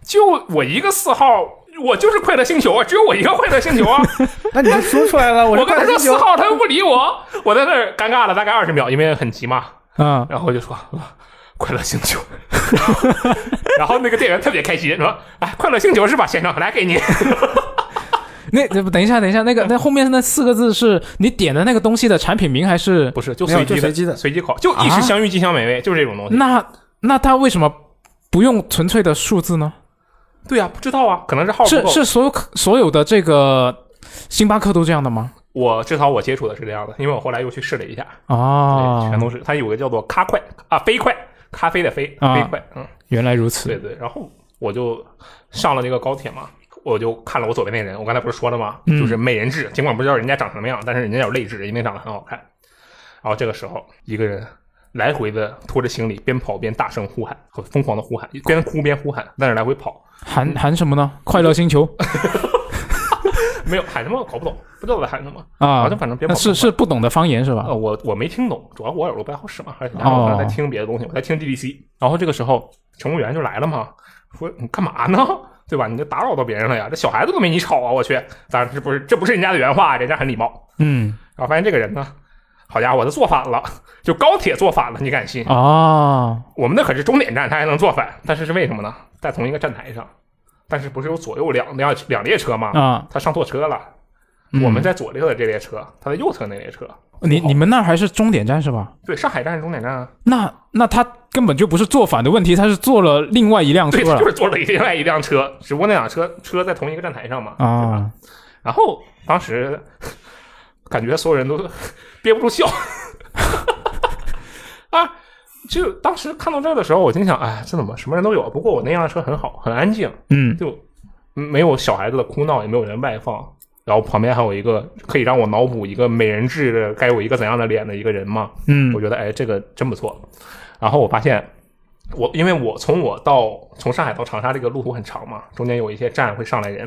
就我一个四号，我就是快乐星球啊，只有我一个快乐星球啊。
那你就说出来了，我
我
是
跟他
快乐
说
星
四
球，
号，他又不理我，我在那儿尴尬了大概二十秒，因为很急嘛，
啊
然后我就说。 啊快乐星球，然后那个店员特别开心，说：“哎，快乐星球是吧，先生？来给您。
那那等一下，等一下，那个那后面那四个字是你点的那个东西的产品名还是”？
不是，就
没有
随机
就随机的
随机考，就一时
啊
相遇，即香美味，就是这种东西。
那那他为什么不用纯粹的数字呢？
对呀、不知道啊，可能是号不
是
够。
是所有所有的这个星巴克都这样的吗？
我至少我接触的是这样的，因为我后来又去试了一下，哎
啊，
对，全都是。它有个叫做咖快啊，飞快，咖啡的飞，
啊
飞快，嗯，
原来如此。
对对。然后我就上了那个高铁嘛，我就看了我左边那人，我刚才不是说了吗？
嗯
就是美人痣，尽管不知道人家长什么样，但是人家有泪痣，因为长得很好看。然后这个时候，一个人来回的拖着行李，边跑边大声呼喊，很疯狂的呼喊，边哭边呼喊，在那来回跑，
喊喊什么呢？
嗯
快乐 星球
没有喊什么搞不懂，不知道在喊什么，
啊
好像，反正边
那
跑
是
边
是不懂的方言是吧
呃，？我我没听懂，主要我耳朵不太好使嘛，而且然后我
哦
刚才在听别的东西，我在听 GDC。然后这个时候，乘务员就来了嘛，说你干嘛呢？对吧？你这打扰到别人了呀！这小孩子都没你吵啊！我去，当然这不是这不是人家的原话，人家很礼貌。
嗯
然后发现这个人呢，好家伙，他坐反了，就高铁坐反了，你敢信？
啊
我们那可是终点站，他还能坐反，但是是为什么呢？在同一个站台上，但是不是有左右两辆两列车吗？
啊，
他上错车了，
嗯
我们在左侧的这列车，他在右侧那列车。
你你们那还是终点站是吧？
对，上海站是终点站啊。
那那他根本就不是坐反的问题，他是坐了另外一辆车
对，他就
了
是坐了一另外一辆车，只不过那辆车车在同一个站台上嘛，对吧？
啊！
然后当时感觉所有人都憋不住笑 啊！就当时看到这儿的时候，我心想，哎，这怎么什么人都有？不过我那辆车很好，很安静，
嗯
就没有小孩子的哭闹，也没有人外放。然后旁边还有一个可以让我脑补一个美人痣的该有一个怎样的脸的一个人嘛，
嗯
我觉得哎，这个真不错。然后我发现，我因为我从我到从上海到长沙这个路途很长嘛，中间有一些站会上来人，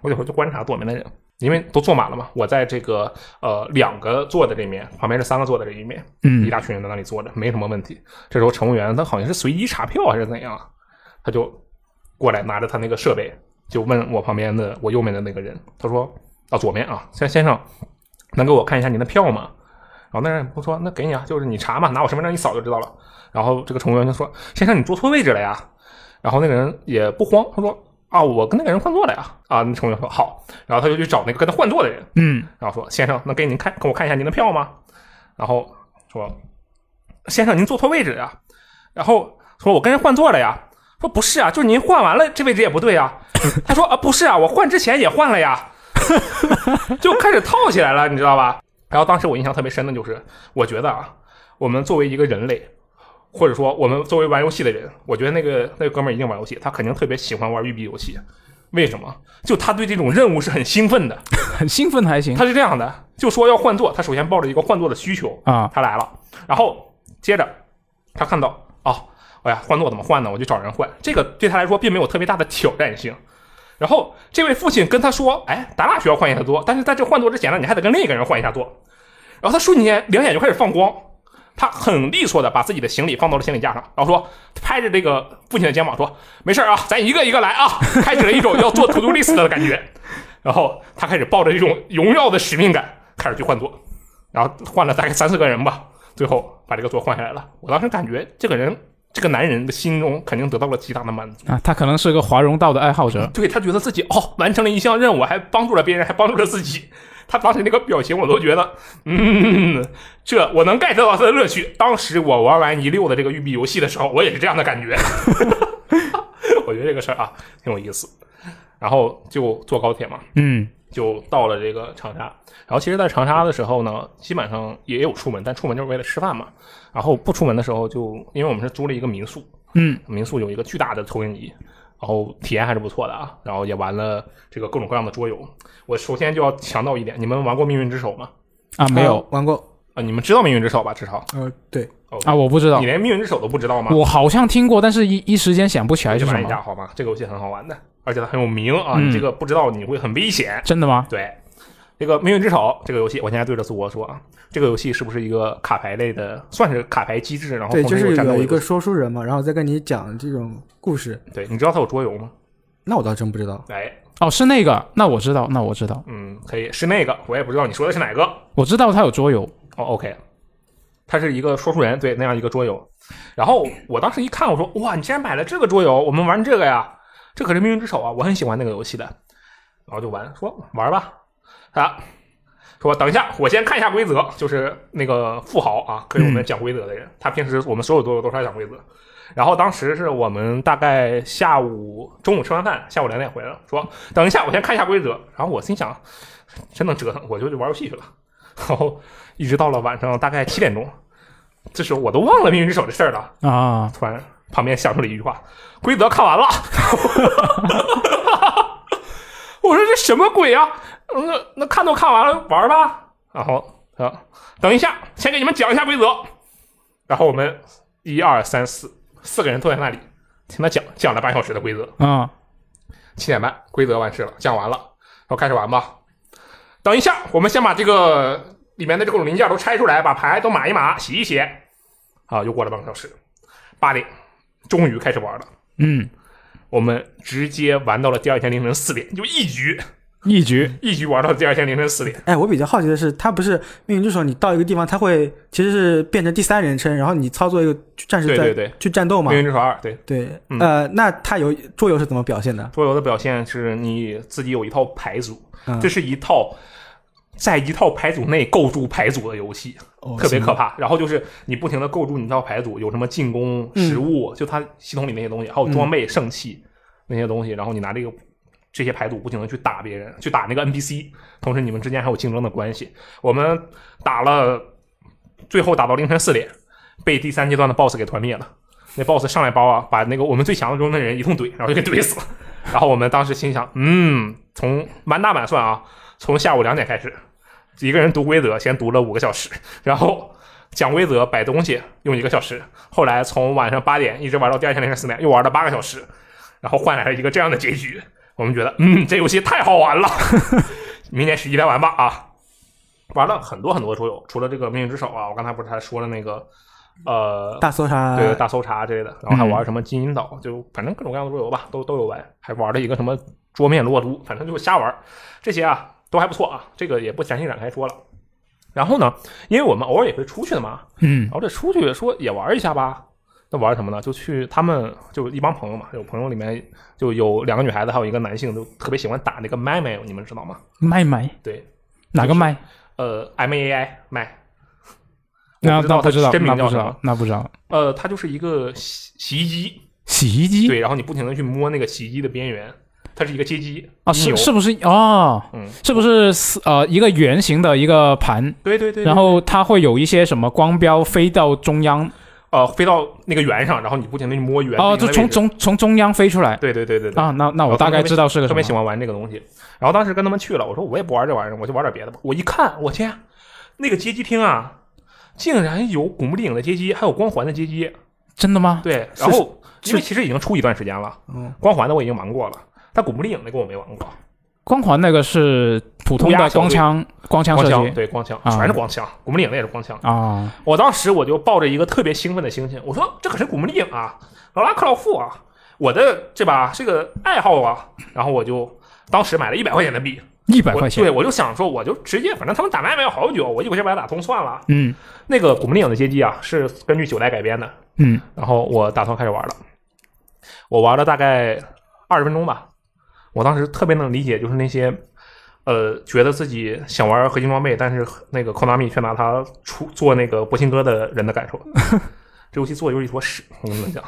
我有时候就观察左边的人，因为都坐满了嘛。我在这个呃两个坐的这面，旁边是三个坐的这一面，
嗯
一大群人在那里坐着，没什么问题。这时候乘务员他好像是随机查票还是怎样啊，他就过来拿着他那个设备，就问我旁边的我右面的那个人，他说啊左面啊，先先生，能给我看一下您的票吗？然后那人不说，那给你啊，就是你查嘛，拿我身份证一扫就知道了。然后这个乘务员就说：“先生，你坐错位置了呀。”然后那个人也不慌，他说：“啊，我跟那个人换座了呀。”啊，那乘务员说：“好。”然后他就去找那个跟他换座的人，
嗯
然后说：“先生，能给您看，给我看一下您的票吗？”然后说：“先生，您坐错位置呀。”然后说：“我跟人换座了呀。”说：“不是啊，就是您换完了，这位置也不对啊。”他说：“啊，不是啊，我换之前也换了呀。” 就开始套起来了，你知道吧？然后当时我印象特别深的就是，我觉得啊，我们作为一个人类，或者说我们作为玩游戏的人，我觉得那个那个哥们儿一定玩游戏，他肯定特别喜欢玩育碧游戏。为什么？就他对这种任务是很兴奋的，
很兴奋还行
他是这样的，就说要换座，他首先抱着一个换座的需求，
啊，
他来了，然后接着他看到哦，哎呀，换座怎么换呢？我就找人换，这个对他来说并没有特别大的挑战性。然后这位父亲跟他说：“哎，咱俩需要换一下座，但是在这换座之前呢，你还得跟另一个人换一下座。”然后他瞬间两眼就开始放光，他很利索的把自己的行李放到了行李架上，然后说拍着这个父亲的肩膀说：“没事儿啊，咱一个一个来啊！” 开始了一种要做 to do list 的感觉。然后他开始抱着一种荣耀的使命感开始去换座，然后换了大概三四个人吧，最后把这个座换下来了。我当时感觉这个人，这个男人的心中肯定得到了极大的满足，
啊，他可能是个华容道的爱好者，
对他觉得自己哦完成了一项任务，还帮助了别人，还帮助了自己。 他当时那个表情，我都觉得，嗯，这我能 get 到他的乐趣。当时我玩完一溜的这个育碧游戏的时候，我也是这样的感觉。 我觉得这个事儿啊挺有意思。然后就坐高铁嘛，
嗯
就到了这个长沙。然后其实，在长沙的时候呢，基本上也有出门，但出门就是为了吃饭嘛。然后不出门的时候就，因为我们是租了一个民宿，
嗯，
民宿有一个巨大的投影仪，然后体验还是不错的啊。然后也玩了这个各种各样的桌游。我首先就要强调一点，你们玩过《命运之手》吗？
啊没有
啊玩过，
啊，你们知道《命运之手》吧？至少
呃，对，
啊，我不知道
你，连《命运之手》都不知道吗？
我好像听过，但是一一时间想不起来
去
是什
玩一下
么。
好吗？这个游戏很好玩的，而且它很有名啊。
嗯
你这个不知道你会很危险。
真的吗？
对，这个《命运之手》这个游戏，我现在对着苏博说啊，这个游戏是不是一个卡牌类的，算是卡牌机制，然后
对，
同
就
时
是
战斗
有
游
一
戏
个说书人嘛，然后再跟你讲这种故事，
对，你知道它有桌游吗？
那我倒真不知道。
哎，
哦，是那个，那我知道，那我知道，
嗯，可以是那个，我也不知道你说的是哪个。
我知道他有桌游，
哦，OK，他是一个说书人，对那样一个桌游。然后我当时一看，我说哇，你竟然买了这个桌游，我们玩这个呀？这可是命运之手啊，我很喜欢那个游戏的。然后就玩，说玩吧，啊，说等一下，我先看一下规则，就是那个富豪啊，给我们讲规则的人，他平时我们所有桌游都是他讲规则。然后当时是我们大概下午中午吃完饭，下午两点回来了，说等一下，我先看一下规则。然后我心想，真能折腾，我就去玩游戏去了。 然后一直到了晚上大概七点钟，这时候我都忘了命运之手这事儿了。
啊，
突然旁边响出了一句话：“规则看完了。” 我说这什么鬼啊？嗯那那看都看完了，玩吧。然后啊，等一下，先给你们讲一下规则。然后我们一二三四四个人坐在那里，听他讲讲了半小时的规则。
嗯，
七点半规则完事了，讲完了，然后开始玩吧。等一下，我们先把这个里面的这各种零件都拆出来，把牌都码一码，洗一洗。啊，又过了半个小时，八点终于开始玩了。
嗯，
我们直接玩到了第二天凌晨四点，就一局
一局
一局玩到第二天凌晨四点。
哎，我比较好奇的是，它不是命运之手，你到一个地方，它会其实是变成第三人称，然后你操作一个战士
对
在
对对，
去战斗
《
嘛
命？运之手二》对
对，
嗯
呃，那它有桌游是怎么表现的？
桌游的表现是你自己有一套牌组，
嗯
这是一套在一套牌组内构筑牌组的游戏。
哦
特别可怕。然后就是你不停的构筑你那套牌组，有什么进攻、食物，就它系统里那些东西，还有装备、圣器那些东西，然后你拿这个。这些牌组不停的去打别人，去打那个 NPC，同时你们之间还有竞争的关系。我们打了，最后打到凌晨四点，被第三阶段的 BOSS 给团灭了。那 BOSS 上来把我把那个我们最强的中的人一通怼，然后就给怼死了。然后我们当时心想，嗯，从满打满算啊，从下午两点开始，一个人读规则，先读了五个小时，然后讲规则、摆东西用一个小时，后来从晚上八点一直玩到第二天凌晨四点，又玩了八个小时，然后换来了一个这样的结局。我们觉得，嗯，这游戏太好玩了， 明年十一来玩吧啊！玩了很多很多桌游，除了这个《命运之手》啊，我刚才不是还说了那个呃
大搜查，
对大搜查之类的，然后还玩什么金银岛，就反正各种各样的桌游吧，都都有玩，还玩了一个什么桌面撸啊撸，反正就瞎玩，这些啊都还不错啊，这个也不详细展开说了。然后呢，因为我们偶尔也会出去的嘛，
嗯
然后这出去说也玩一下吧，那玩什么呢？就去他们就一帮朋友嘛，有朋友里面就有两个女孩子，还有一个男性，就特别喜欢打那个麦麦，你们知道吗？
麦麦
对，
哪个麦？
呃，M A I 麦，
那
我不知道
那不知道，
它真名
那
叫
不
什
知
么
道，那不知道。
呃，它就是一个洗洗衣机，
洗衣机
对，然后你不停的去摸那个洗衣机的边缘，它是一个街机
啊，
你有
是是不是哦？
嗯，
是不是四呃一个圆形的一个盘，
对对对，
然后它会有一些什么光标飞到中央，
呃飞到那个圆上，然后你不停的去摸圆
哦，
不
就
停地
从
位置
中从中央飞出来
对对对对对
啊。那那
然后
我
他
大
们
概
特别
知道是个
特
什
别
么
喜。欢玩这个东西。然后当时跟他们去了，我说我也不玩这玩意儿，我就玩点别的吧。我一看，我天，那个街机厅啊，竟然有古墓丽影的街机，还有光环的街机。
真的吗？
对，然后因为其实已经出一段时间了，
嗯
光环的我已经玩过了，但古墓丽影那个我没玩过。
光环那个是普通
乌鸦
的
小
光
队
枪光枪
光
射
枪
击
对光枪，
啊
全是光枪，古墓丽影那也是光枪。
啊，
我当时我就抱着一个特别兴奋的心情，我说这可是古墓丽影啊，劳拉克劳夫啊，我的这把这个爱好啊，然后我就当时买了一百块钱的币，
一百
我
块
对
钱。
我就想说，我就直接，反正他们打麦麦要好久，我一口气把它打通算了。
嗯
那个古墓丽影的街机啊，是根据九代改编的，
嗯，
然后我打算开始玩了，我玩了大概二十分钟吧，我当时特别能理解，就是那些。呃，觉得自己想玩合金装备，但是那个 Konami 却拿它出做那个博兴哥的人的感受，这游戏做的就是一坨屎。我跟你们讲，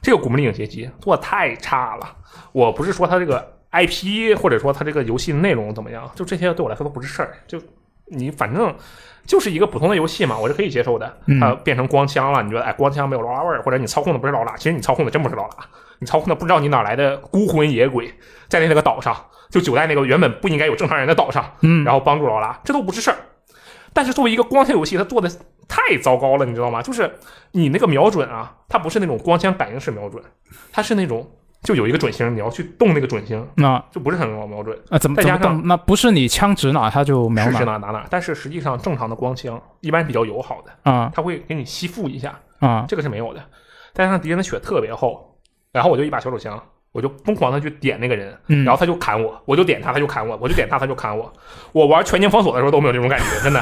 这个《古墓丽影》街机做的太差了。我不是说它这个 IP 或者说它这个游戏内容怎么样，就这些对我来说都不是事儿。就你反正就是一个普通的游戏嘛，我是可以接受的。
嗯
它、变成光枪了，你觉得哎光枪没有劳拉味儿，或者你操控的不是劳拉，其实你操控的真不是劳拉，你操控的不知道你哪来的孤魂野鬼在那个岛上，就九代那个原本不应该有正常人的岛上，
嗯
然后帮助劳拉，这都不是事儿。但是作为一个光枪游戏，它做的太糟糕了，你知道吗？就是你那个瞄准啊，它不是那种光枪感应式瞄准，它是那种就有一个准星，你要去动那个准星，
那
就不是很好瞄准，
啊怎么
再
怎
加
么
上
动？那不是你枪指哪它就瞄
是指
哪
哪打哪。但是实际上正常的光枪一般比较友好的，
啊
它会给你吸附一下，
啊
这个是没有的。再加上敌人的血特别厚，然后我就一把小手枪，我就疯狂的去点那个人，
嗯
然后他就砍我，我就点他，他就砍我，我就点他，他就砍我。我玩全境封锁的时候都没有这种感觉，真的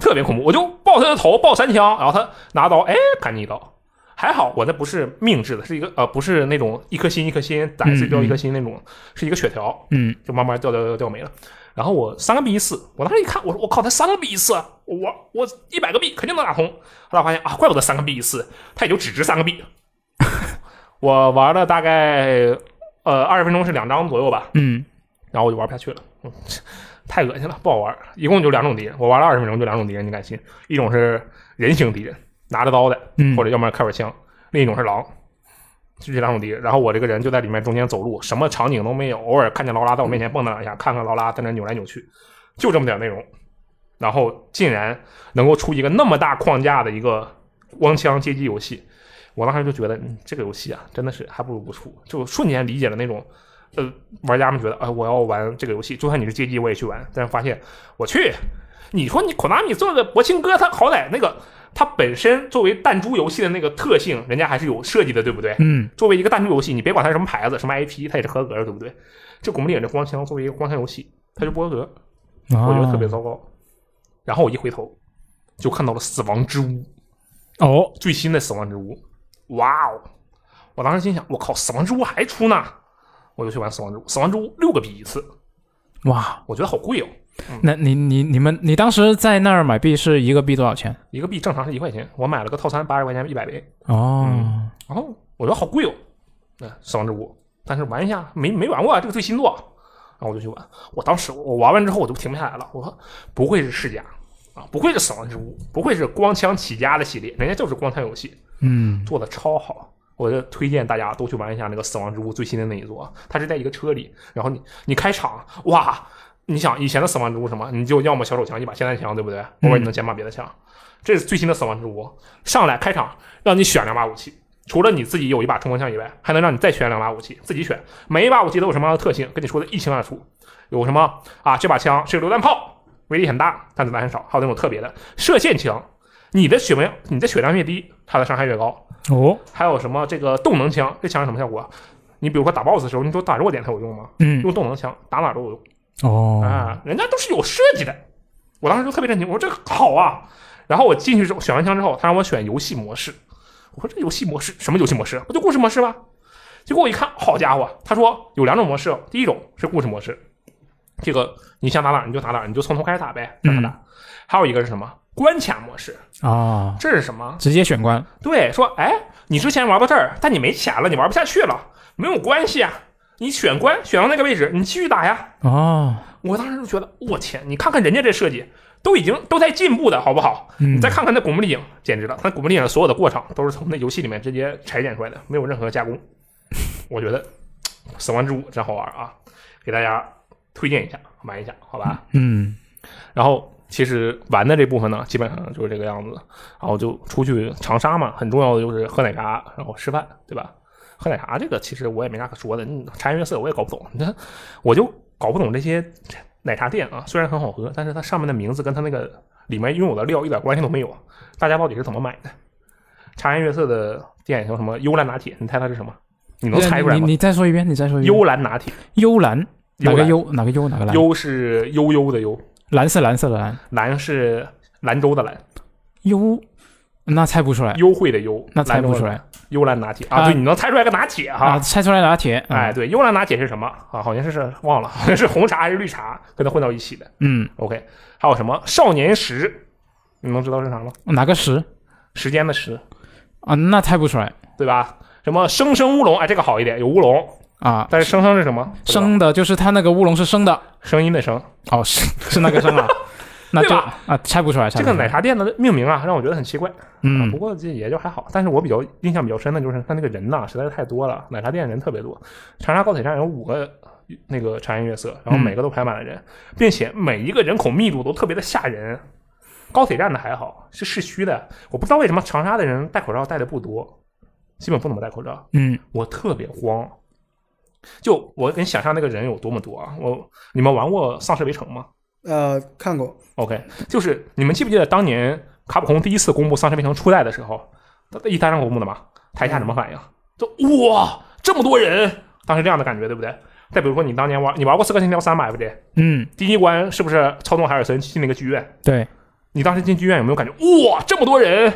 特别恐怖。我就爆他的头，爆三枪，然后他拿刀，哎，砍你一刀。还好我那不是命制的，是一个呃，不是那种一颗心一颗心打一次掉一颗心那种，是一个血条，
嗯
就慢慢掉掉掉掉没了。然后我三个币一次，我当时一看，我说我靠，才三个币一次，啊我我一百个币肯定能打通。后来发现啊，怪不得三个币一次，它也就只值三个币。 我玩了大概呃二十分钟是两张左右吧，
嗯
然后我就玩不下去了，嗯太恶心了，不好玩。一共就两种敌人，我玩了二十分钟就两种敌人，你敢信？一种是人形敌人，拿着刀的，
嗯
或者要不然开会枪，另一种是狼，就这两种敌人。然后我这个人就在里面中间走路，什么场景都没有，偶尔看见劳拉在我面前蹦跶两下，看看劳拉在那扭来扭去，就这么点内容。然后竟然能够出一个那么大框架的一个光枪街机游戏，我当时就觉得，嗯，这个游戏啊，真的是还不如不出，就瞬间理解了那种，呃，玩家们觉得，哎、我要玩这个游戏，就算你是街机，我也去玩。但是发现，我去，你说你 Konami 做个博青哥，他好歹那个他本身作为弹珠游戏的那个特性，人家还是有设计的，对不对？
嗯
作为一个弹珠游戏，你别管它是什么牌子、什么 IP，它也是合格的，对不对？这《古墓丽影》这光枪作为一个光枪游戏，它就不合格，
啊
我觉得特别糟糕。然后我一回头，就看到了《死亡之屋》
哦
最新的《死亡之屋》，哇哦！我当时心想，我靠，《死亡之屋》还出呢，我就去玩《死亡之屋》。《死亡之屋》六个币一次，
哇，
我觉得好贵哦，
那你你你们你当时在那儿买币是一个币多少钱？
一个币正常是一块钱，我买了个套餐，八十块钱一百枚，
哦，
然后我觉得好贵哦，那《死亡之屋》，但是玩一下没没玩过啊，这个最新作，然后我就去玩。我当时我玩完之后我就停不下来了，我说不愧是世家啊，不愧是《死亡之屋》，不愧是光枪起家的系列，人家就是光枪游戏
嗯
做的超好。我就推荐大家都去玩一下那个《死亡之屋》最新的那一座，它是在一个车里，然后你你开场，哇，你想以前的《死亡之屋》什么，你就要么小手枪一把霰弹枪，对不对？偶尔你能捡把别的枪，这是最新的《死亡之屋》，上来开场让你选两把武器，除了你自己有一把冲锋枪以外，还能让你再选两把武器，自己选每一把武器都有什么样的特性，跟你说的一清二楚。有什么啊？这把枪是榴弹炮，威力很大，但子弹很少。还有那种特别的射线枪，你的血量你的血量越低，它的伤害越高。
哦，
还有什么这个动能枪？这枪是什么效果啊？你比如说打 BOSS 的时候，你说打弱点它有用吗？
嗯，
用动能枪打哪都有用。
哦，
啊，人家都是有设计的。我当时就特别震惊，我说这个好啊。然后我进去之后选完枪之后，他让我选游戏模式，我说这游戏模式什么游戏模式？不就故事模式吗？结果我一看，好家伙，他说有两种模式，哦第一种是故事模式，这个你想打哪儿你就打哪儿，你就从头开始打呗，打打打。
嗯
还有一个是什么关卡模式？
啊，
这是什么？
直接选关，
对，说哎，你之前玩到这儿，但你没钱了，你玩不下去了，没有关系啊，你选关选到那个位置，你继续打呀。
哦，
我当时就觉得，我天，你看看人家这设计，都已经都在进步的好不好？
嗯
你再看看那《古墓丽影》，简直了！那《古墓丽影》的所有的过场都是从那游戏里面直接裁剪出来的，没有任何加工。我觉得《死亡之舞》真好玩啊，给大家推荐一下，玩一下，好吧？
嗯，
然后其实玩的这部分呢，基本上就是这个样子。然后就出去长沙嘛，很重要的就是喝奶茶，然后吃饭，对吧？喝奶茶这个其实我也没啥可说的，你茶颜悦色我也搞不懂。 你看，我就搞不懂这些奶茶店啊，虽然很好喝，但是它上面的名字跟它那个里面拥有的料一点关系都没有。大家到底是怎么买的？茶颜悦色的店叫什么？幽兰拿铁，你猜它是什么？你能猜出来
你
吗？
你再说一遍，你再说一遍。
幽兰拿铁，
幽蓝，哪个
幽
幽？哪个幽？哪个蓝？
幽是悠悠的悠，
蓝是蓝色的蓝。
兰是兰州的兰。
幽，那猜不出来，
优惠的优，
哎那猜不出来
幽兰拿铁
啊
啊！对，你能猜出来个拿铁
啊！
哈？
猜出来拿铁。嗯
哎，，对，幽兰拿铁是什么啊？好像是是忘了，好像是红茶还是绿茶跟它混到一起的。
嗯，
OK，还有什么少年时？你能知道是啥吗？
哪个十
时间的时，
啊？那猜不出来
对吧？什么生生乌龙？哎，这个好一点，有乌龙，
啊。
但是生生是什么？不知道
生的就是它那个乌龙是生的，
声音的声。
哦，是 是那个生啊。那
对
就
吧
啊，猜不出来，猜
这
不
个
出
奶
来。
茶店的命名啊，让我觉得很奇怪。啊，不
嗯，
过这也就还好。但是我比较印象比较深的就是他那个人呐、实在是太多了，奶茶店人特别多。长沙高铁站有五个呃那个茶颜悦色，然后每个都排满了人，并且每一个人口密度都特别的吓人。高铁站的还好，是市区的，我不知道为什么长沙的人戴口罩戴的不多，基本不怎么戴口罩。
嗯，
我特别慌，就我跟你想象那个人有多么多啊！我你们玩过《丧尸围城》吗？
呃，看过
OK，就是你们记不记得当年卡普空第一次公布《丧尸围城》初代的时候，它一单上公布的嘛，台下什么反
嗯
应？就哇，这么多人，当时这样的感觉，对不对？再比如说你当年玩，你玩过《刺客信条三》吧，对不对？
嗯，
第一关是不是操纵海尔森进那个剧院？
对
你当时进剧院有没有感觉哇，这么多人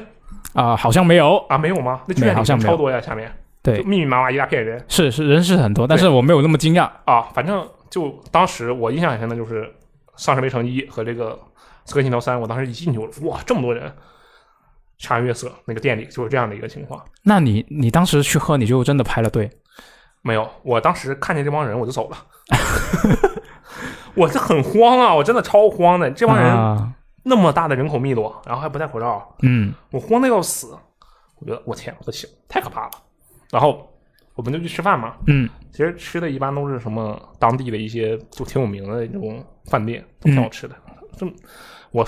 啊，好像没有，
啊？没有吗？那剧院
没好
里
像
面
没有
超多呀，下面
对
就密密麻麻一大片人
是是人是很多，但
对
是我没有那么惊讶。
啊。反正就当时我印象很深的就是《丧尸围城一》和这个《刺客信条三》，我当时一进去，我说哇，这么多人。茶颜悦色那个店里就是这样的一个情况，
那你你当时去喝，你就真的排了队
没有，我当时看见这帮人我就走了， 我这很慌啊，我真的超慌的。这帮人
啊？
那么大的人口密度，然后还不戴口罩，
嗯
我慌的要死。我觉得我天，不行，太可怕了。然后我们就去吃饭嘛，
嗯
其实吃的一般都是什么当地的一些就挺有名的那种饭店，都挺好吃的。这、我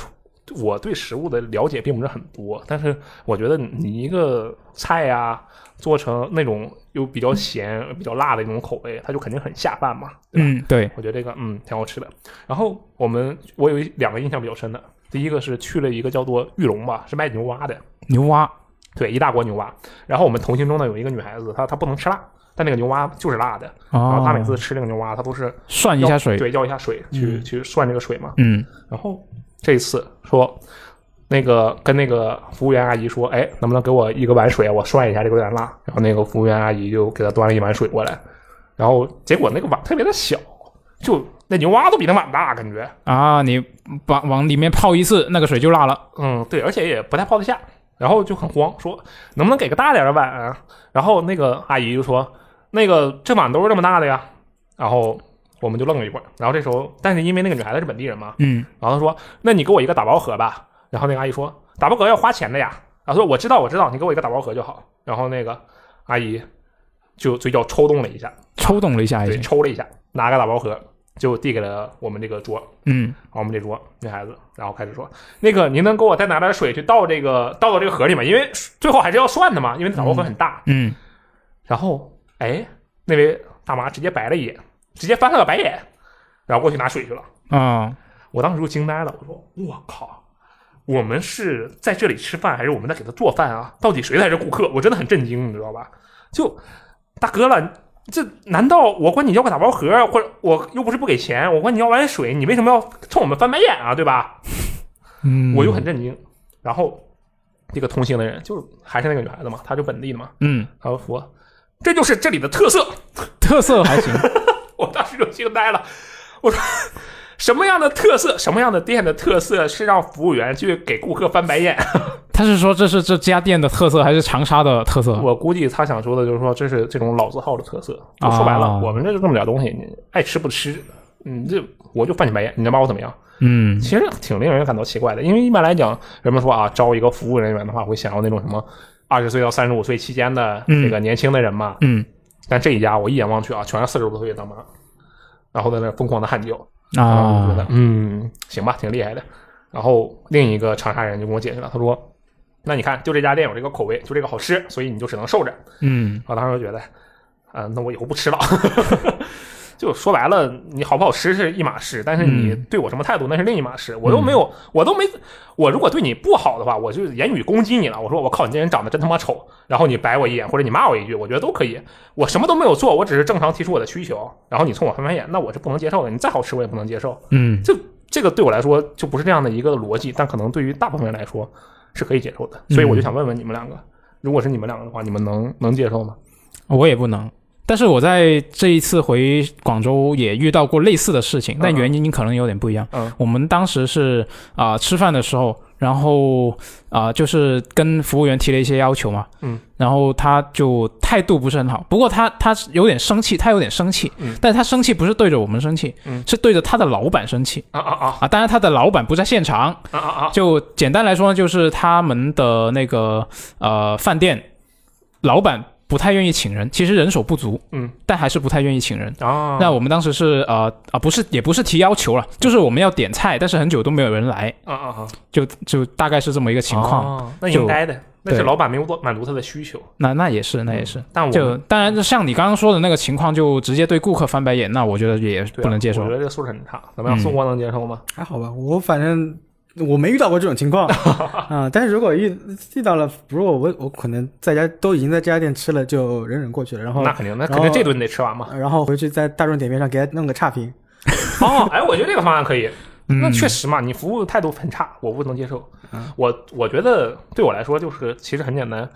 我对食物的了解并不是很多，但是我觉得你一个菜呀、做成那种又比较咸、比较辣的那种口味，它就肯定很下饭嘛，对吧？
嗯，对，
我觉得这个嗯挺好吃的。然后我们我有一两个印象比较深的，第一个是去了一个叫做玉龙吧，是卖牛蛙的，
牛蛙
对，一大锅牛蛙。然后我们同行中呢有一个女孩子，她她不能吃辣，但那个牛蛙就是辣的。然后
哦
她，每次吃那个牛蛙，她都是
涮一
要
下水，
对，要一下水去、去涮这个水嘛。
嗯
然后这一次说，那个跟那个服务员阿姨说，哎，能不能给我一个碗水啊？我涮一下，这个有点辣。然后那个服务员阿姨就给她端了一碗水过来，然后结果那个碗特别的小，就那牛蛙都比那碗大，感觉。
啊，你往往里面泡一次，那个水就辣了。
嗯，对，而且也不太泡得下，然后就很慌，说能不能给个大点的碗啊？然后那个阿姨就说，那个这碗都是这么大的呀。然后我们就愣了一会儿，然后这时候，但是因为那个女孩子是本地人嘛，
嗯，
然后她说，那你给我一个打包盒吧。然后那个阿姨说，打包盒要花钱的呀。然后说我知道，我知道，你给我一个打包盒就好。然后那个阿姨就嘴角抽动了一下，
抽动了一下已
对，
经。
抽了一下，拿个打包盒就递给了我们这个桌，
嗯，
我们这桌女孩子，然后开始说：“那个，您能给我再拿点水去倒这个倒到这个盒里吗？因为最后还是要算的嘛，因为打包盒很大。
嗯，
然后，哎，那位大妈直接白了一眼，直接翻了个白眼，然后过去拿水去了。
啊，
我当时就惊呆了，我说：“我靠！”我们是在这里吃饭，还是我们在给他做饭啊？到底谁才是顾客？我真的很震惊，你知道吧？就大哥了，这难道我管你要个打包盒，或者我又不是不给钱，我管你要碗水，你为什么要冲我们翻白眼啊？对吧？
嗯，
我就很震惊。然后这个同行的人就是还是那个女孩子嘛，她就本地的嘛，
嗯，
她就说这就是这里的特色。
特色还行，
我当时就惊呆了，我说什么样的特色，什么样的店的特色是让服务员去给顾客翻白眼？
啊他是说这是这家店的特色，还是长沙的特色？
我估计他想说的就是说这是这种老字号的特色。就说白了，
啊
我们这就这么点东西，你爱吃不吃。嗯，这我就翻你白眼，你能把我怎么样？
嗯
其实挺令人感到奇怪的，因为一般来讲，人们说啊，招一个服务人员的话，会想要那种什么二十岁到三十五岁期间的
嗯
这个年轻的人嘛。
嗯
但这一家我一眼望去啊，全是四十多岁的大妈，然后在那疯狂的喊叫，然后我就觉得
啊，
嗯，行吧，挺厉害的。然后另一个长沙人就跟我解释了，他说：“那你看，就这家店有这个口味，就这个好吃，所以你就只能受着。”
嗯
我当时就觉得，啊、那我以后不吃了。 就说白了，你好不好吃是一码事，但是你
嗯
对我什么态度那是另一码事。我又没有，我都没，我如果对你不好的话，我就言语攻击你了。我说我靠，你这人长得真他妈丑，然后你白我一眼或者你骂我一句，我觉得都可以。我什么都没有做，我只是正常提出我的需求，然后你冲我翻白眼，那我是不能接受的。你再好吃我也不能接受。
嗯
这这个对我来说就不是这样的一个逻辑，但可能对于大部分人来说是可以接受的。所以我就想问问你们两个，如果是你们两个的话，你们能能接受吗？
我也不能。但是我在这一次回广州也遇到过类似的事情，但
嗯
原因可能有点不一样。
嗯
我们当时是啊、吃饭的时候，然后啊、就是跟服务员提了一些要求嘛，
嗯，
然后他就态度不是很好，不过他他是有点生气，他有点生气，
嗯
但他生气不是对着我们生气，
嗯
是对着他的老板生气
啊啊啊！
啊，当然他的老板不在现场，
啊啊啊！
就简单来说呢，就是他们的那个呃饭店老板不太愿意请人，其实人手不足，
嗯，
但还是不太愿意请人。
啊，
那我们当时是呃啊不是也不是提要求了，就是我们要点菜，但是很久都没有人来，
啊啊啊！
就就大概是这么一个情况。
啊那
就
应该的，那是
对
老板没有满足他的需求。
那那也是那也是，
但我
就当然就像你刚刚说的那个情况，就直接对顾客翻白眼，那我觉得也
对啊
不能接受
我觉。得这个素质很差。怎么样，
嗯
宋光能接受吗？
还好吧，我反正我没遇到过这种情 况啊、但是如果遇遇到了，如果我我可能在家都已经在这家店吃了，就忍忍过去了，然后
那肯定，那肯
然
定
后
这顿得吃完嘛。
然后回去在大众点评上给他弄个差评。
哦，哎，我觉得这个方案可以。
嗯
那确实嘛，你服务态度很差，我不能接受。我我觉得对我来说就是其实很简单，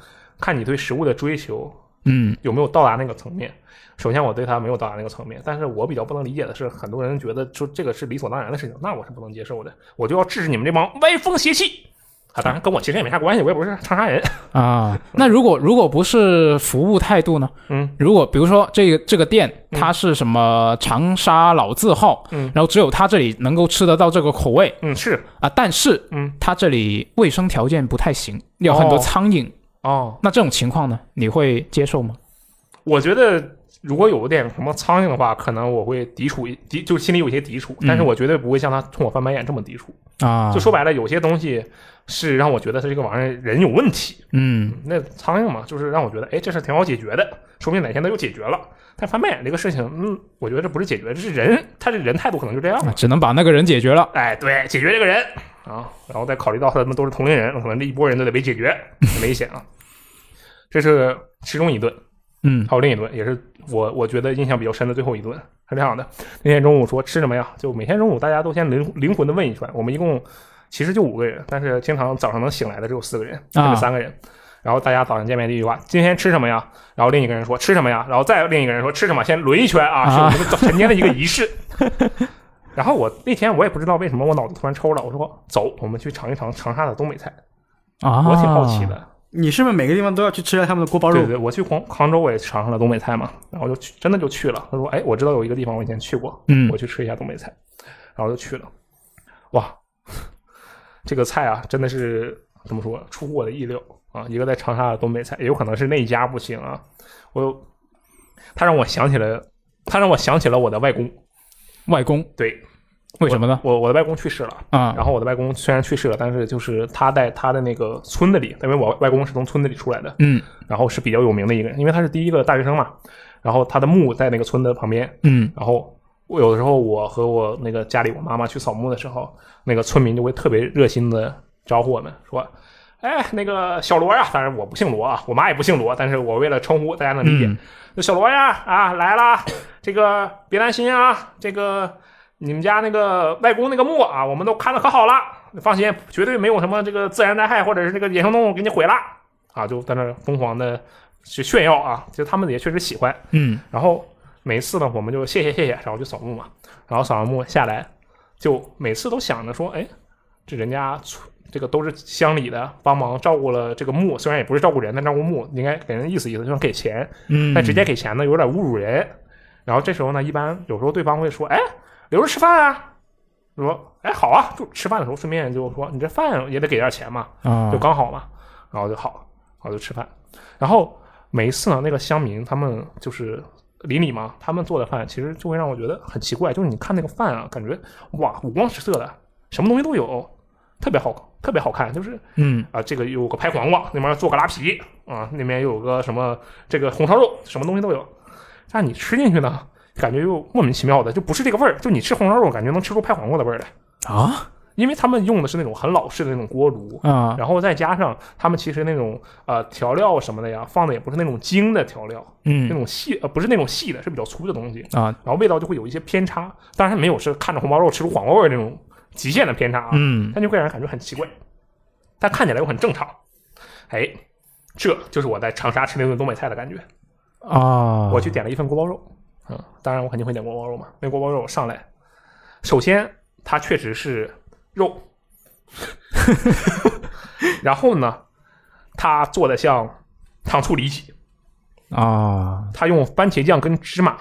看你对食物的追求
嗯
有没有到达那个层面。首先，我对他没有到达那个层面，但是我比较不能理解的是，很多人觉得说这个是理所当然的事情，那我是不能接受的，我就要制止你们这帮歪风邪气啊！当然，跟我其实也没啥关系，我也不是长沙人。
啊，那如果如果不是服务态度呢？
嗯
如果比如说这个这个店
嗯
它是什么长沙老字号，
嗯
然后只有它这里能够吃得到这个口味
嗯，是
啊，但是
嗯
它这里卫生条件不太行，有很
哦
多苍蝇。
哦，
那这种情况呢，你会接受吗？
我觉得如果有点什么苍蝇的话，可能我会抵触一抵，就是心里有些抵触，
嗯
但是我绝对不会像他冲我翻白眼这么抵触。
啊，
就说白了，有些东西是让我觉得他这个玩意儿人有问题，
嗯
那苍蝇嘛，就是让我觉得，哎，这事挺好解决的，说不定哪天它就解决了。但翻白眼这个事情，嗯，我觉得这不是解决，这是人，他这人态度可能就这样
啊
了。
只能把那个人解决了。
哎，对，解决这个人啊，然后再考虑到他们都是同龄人，可能这一波人都得被解决，很危险啊。这是其中一顿，
嗯
还有另一顿，也是我我觉得印象比较深的最后一顿是这样的：那天中午说吃什么呀？就每天中午大家都先灵灵魂的问一圈，我们一共其实就五个人，但是经常早上能醒来的只有四个人，甚至三个人。然后大家早上见面第一句话：“今天吃什么呀？”然后另一个人说：“吃什么呀？”然后再另一个人说：“吃什么？”先轮一圈啊，是我们早晨间的一个仪式。 然后我那天我也不知道为什么我脑子突然抽了，我说：“走，我们去尝一尝长沙的东北菜。”
啊，
我挺好奇的。。
你是不是每个地方都要去吃他们的
哦
锅包
对
肉？
对，我去杭杭州我也尝上了东北菜嘛，然后就去真的就去了。他说：“哎，我知道有一个地方我以前去过，
嗯
我去吃一下东北菜。”然后就去了，哇， 这个菜啊，真的是怎么说，出乎我的意料啊！一个在长沙的东北菜，也有可能是那一家不行啊。我，他让我想起了，他让我想起了我的外公。
外公，
对，
为什么呢？
我我的外公去世了。
啊，
然后我的外公虽然去世了，但是就是他在他的那个村子里，因为我外公是从村子里出来的，
嗯
然后是比较有名的一个人，因为他是第一个大学生嘛。然后他的墓在那个村子旁边，
嗯
然后我有的时候我和我那个家里我妈妈去扫墓的时候，那个村民就会特别热心的招呼我们说：“哎，那个小罗呀、当然我不姓罗啊，我妈也不姓罗，但是我为了称呼大家能理解，
嗯
那小罗呀啊来啦，这个别担心啊，这个你们家那个外公那个墓啊，我们都看的可好了，放心，绝对没有什么这个自然灾害或者是这个野生动物给你毁了啊，就在那儿疯狂的去炫耀啊，就他们也确实喜欢。
嗯
然后每次呢，我们就谢谢谢谢，然后就扫墓嘛，然后扫完墓下来，就每次都想着说，哎，这人家村这个都是乡里的，帮忙照顾了这个墓，虽然也不是照顾人，但照顾墓应该给人意思意思，就算给钱，
嗯，
但直接给钱呢有点侮辱人。然后这时候呢，一般有时候对方会说，哎，留着吃饭啊，我说，哎，好啊，就吃饭的时候顺便就说，你这饭也得给点钱嘛，
啊
就刚好嘛，然后就好了，然后就吃饭。然后每一次呢，那个乡民他们就是邻里嘛，他们做的饭其实就会让我觉得很奇怪，就是你看那个饭啊，感觉哇五光十色的，什么东西都有，特别好，特别好看，就是
嗯
啊，这个有个拍黄瓜，那边做个拉皮啊，那边又有个什么这个红烧肉，什么东西都有。但你吃进去呢，感觉又莫名其妙的，就不是这个味儿。就你吃红烧肉，感觉能吃出拍黄瓜的味儿来，
啊
因为他们用的是那种很老式的那种锅炉，
啊
然后再加上他们其实那种呃调料什么的呀，放的也不是那种精的调料，那
嗯
种细呃不是那种细的，是比较粗的东西，
啊
然后味道就会有一些偏差。当然它没有是看着红包肉吃出黄瓜味儿那种极限的偏差啊，
嗯
但就会让人感觉很奇怪，但看起来又很正常。哎，这就是我在长沙吃那顿东北菜的感觉。
啊，
我去点了一份锅包肉，嗯，当然我肯定会点锅包肉嘛。那锅包肉上来，首先它确实是肉， 然后呢，它做的像糖醋里脊，
啊
它用番茄酱跟芝麻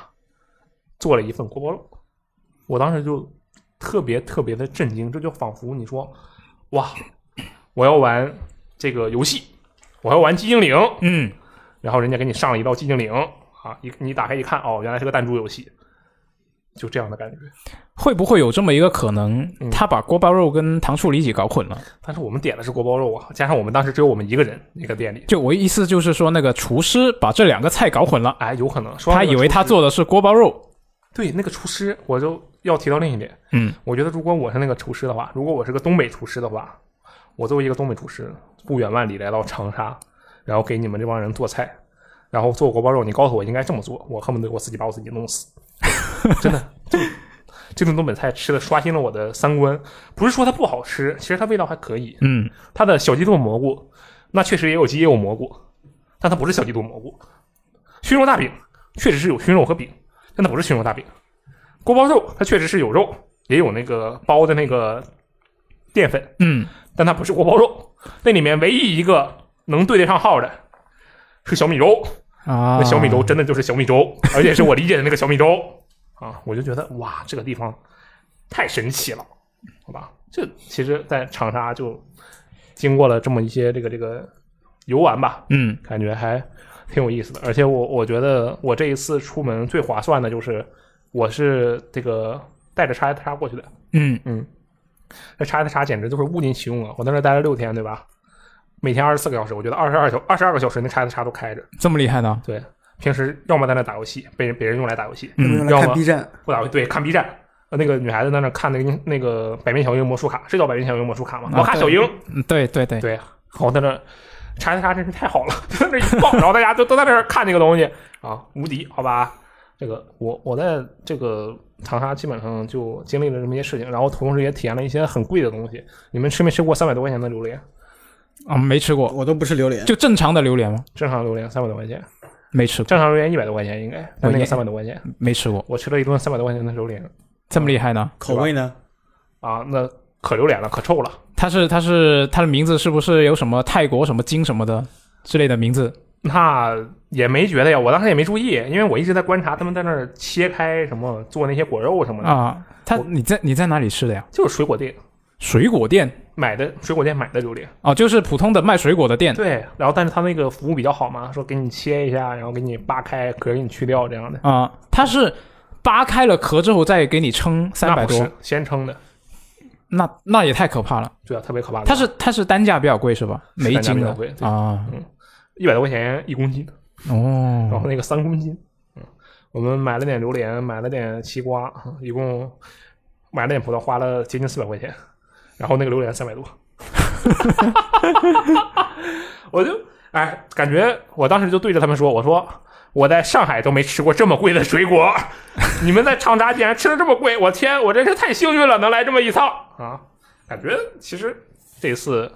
做了一份锅包肉，我当时就特别特别的震惊，这就仿佛你说，哇，我要玩这个游戏，我要玩寂静岭，
嗯
然后人家给你上了一道寂静岭啊，一你打开一看，哦，原来是个弹珠游戏，就这样的感觉。
会不会有这么一个可能
嗯，
他把锅包肉跟糖醋里脊搞混了？
但是我们点的是锅包肉啊，加上我们当时只有我们一个人那个店里，
就我意思就是说，那个厨师把这两个菜搞混了，
哎，有可能说
他以为他做的是锅包肉。
对那个厨师，我就要提到另一点，
嗯
我觉得如果我是那个厨师的话，如果我是个东北厨师的话，我作为一个东北厨师，不远万里来到长沙，然后给你们这帮人做菜，然后做锅包肉，你告诉我应该这么做，我恨不得我自己把我自己弄死， 真的。就这顿东北菜吃的刷新了我的三观，不是说它不好吃，其实它味道还可以。
嗯
它的小鸡炖蘑菇，那确实也有鸡也有蘑菇，但它不是小鸡炖蘑菇。熏肉大饼确实是有熏肉和饼，但它不是熏肉大饼。锅包肉它确实是有肉，也有那个包的那个淀粉，
嗯
但它不是锅包肉。那里面唯一一个能对得上号的是小米粥，
啊，
那小米粥真的就是小米粥，而且是我理解的那个小米粥啊，我就觉得哇，这个地方太神奇了，好吧？这其实，在长沙就经过了这么一些这个这个游玩吧，
嗯
感觉还挺有意思的。而且我我觉得我这一次出门最划算的就是我是这个带着叉 S 叉过去的，
嗯
那叉 S 叉简直就是物尽其用啊！我在那儿待了六天，对吧？每天二十四个小时，我觉得二十二小二十二个小时那叉 S 叉都开着。
这么厉害呢？
对，平时要么在那打游戏，被人别人用来打游戏，
有没有人
嗯
来
要吗
看 B 站？
不打游戏对看 B 站。呃那个女孩子在那看那个那个百变小樱魔术卡，是叫百变小樱魔术卡吗？
啊
魔卡小樱，
嗯对对对，
对，好在那查一查真是太好了， 就在那一抱，然后大家都都在那儿看这个东西啊，无敌，好吧？这个我我在这个长沙基本上就经历了这么一些事情，然后同时也体验了一些很贵的东西。你们吃没吃过三百多块钱的榴莲？
啊，没吃过，
我都不吃榴莲，
就正常的榴莲吗？
正常榴莲三百多块钱，
没吃过，
正常榴莲一百多块钱应该，但那
我
个
哦也
三百多块钱，
没吃过，
我吃了一顿三百多块钱的榴莲
这么厉害呢？
口味呢？
啊，那可榴莲了，可臭了。
它是它是它的名字是不是有什么泰国什么金什么的之类的名字？
那也没觉得呀，我当时也没注意，因为我一直在观察他们在那儿切开什么做那些果肉什么的，
啊，他
我
你在你在哪里吃的呀？
就是水果店
水果店
买的，水果店买的榴莲。
哦，就是普通的卖水果的店。
对，然后但是他那个服务比较好嘛，说给你切一下，然后给你扒开壳给你去掉这样的。
啊、它是扒开了壳之后再给你称三百
那不
多
是，先称的，
那那也太可怕了。
对啊，特别可怕的。
它是它是单价比较贵是吧？
是
没
单价
斤
比较
的
贵对嗯
啊，
一百多块钱一公斤，然
哦
后，那个三公斤，嗯，我们买了点榴莲，买了点西瓜，嗯一共买了点葡萄，花了接近四百块钱，然后那个榴莲三百多， 我就哎，感觉我当时就对着他们说，我说我在上海都没吃过这么贵的水果，你们在长沙竟然吃的这么贵，我天，我真是太幸运了，能来这么一趟啊！感觉其实这次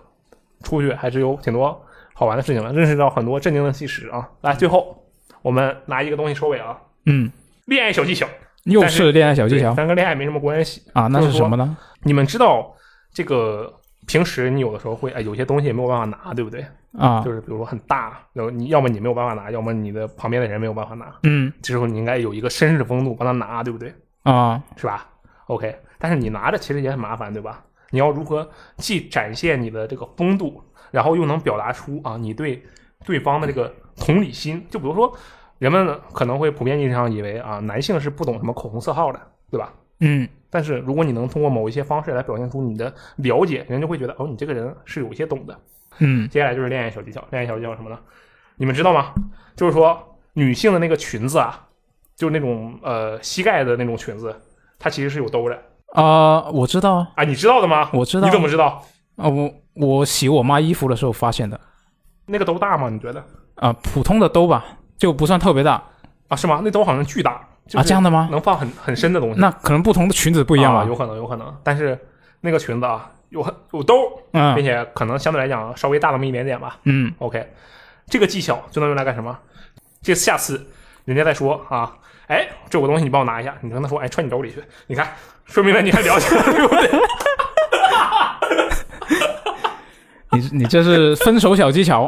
出去还是有挺多好玩的事情了，认识到很多震惊的历史啊！来，最后我们拿一个东西收尾啊，
嗯，
恋爱小技巧，
又
但是
是恋爱小技巧
对但跟恋爱没什么关系。
啊，那
就是是
什么呢？
你们知道这个平时你有的时候会哎，有些东西也没有办法拿，对不对？
啊
就，是比如说很大，然后你要么你没有办法拿，要么你的旁边的人没有办法拿，
嗯
这时候你应该有一个绅士风度帮他拿，对不对？
啊，
是吧？OK，但是你拿着其实也很麻烦，对吧？你要如何既展现你的这个风度，然后又能表达出啊你对对方的这个同理心？就比如说，人们可能会普遍意义上以为啊男性是不懂什么口红色号的，对吧？
嗯
但是如果你能通过某一些方式来表现出你的了解，人就会觉得哦你这个人是有一些懂的。
嗯
接下来就是恋爱小技巧，恋爱小技巧是什么呢？你们知道吗？就是说女性的那个裙子啊，就是那种呃膝盖的那种裙子，它其实是有兜的。
啊，我知道啊，
啊，你知道的吗？
我知道
你怎么知道？
啊，我我洗我妈衣服的时候发现的
那个兜大吗？你觉得？
啊，普通的兜吧，就不算特别大
啊，是吗？那兜好像巨大，就
啊，
是
这样的吗？
能放很很深的东西。
那可能不同的裙子不
不
一样啊吧
有？可能，有可能。但是那个裙子啊，有很有兜，并
嗯
且可能相对来讲稍微大那么一点点吧。
嗯
OK，这个技巧就能用来干什么？这下次人家再说啊，哎，这有个东西你帮我拿一下，你跟他说，哎，揣你兜里去。你看，说明了你还了 解，对不对？
你你这是分手小 技巧。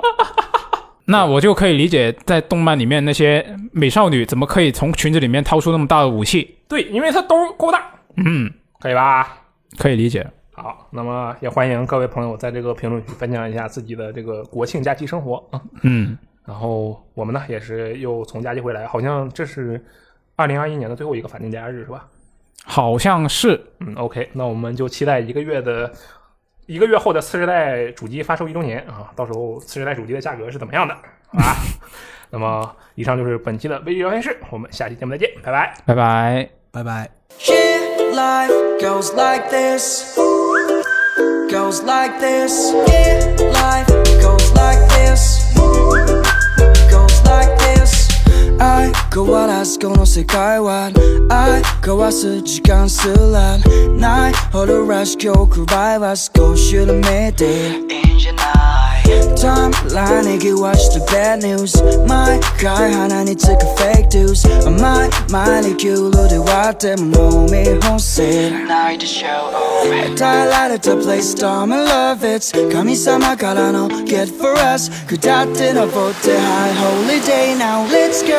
那我就可以理解，在动漫里面那些美少女怎么可以从裙子里面掏出那么大的武器，
对，因为它兜够大，
嗯，
可以吧？
可以理解。
好，那么也欢迎各位朋友在这个评论区分享一下自己的这个国庆假期生活啊。
嗯，
然后我们呢也是又从假期回来，好像这是二零二一年的最后一个法定假日是吧？
好像是
嗯，OK，那我们就期待一个月的一个月后的次世代主机发售一周年啊，到时候次世代主机的价格是怎么样的啊？那么以上就是本期的微机聊天室，我们下期节目再见，拜拜。
拜拜。
拜拜。
Yeah, life goes like this. Goes like this. Yeah, life goes like this. Goes like this. 愛変わらずこの世界は愛交わす時間すらないほどらしき憶いは少し緩めていいんじゃない Timeline にぎわした bad news 毎回鼻につく fake news 甘いマニキュールで割ってももみ干せないでしょう与えられた play storm and love it's 神様からの get for us 下って登って high holy day now let's go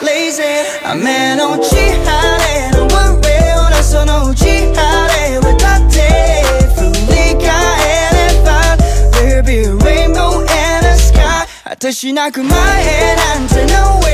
lazy 雨のち晴れの worry なそのうち晴れ渡って振り返れば There'll be a rainbow and a sky 果てしなく前へなんて No way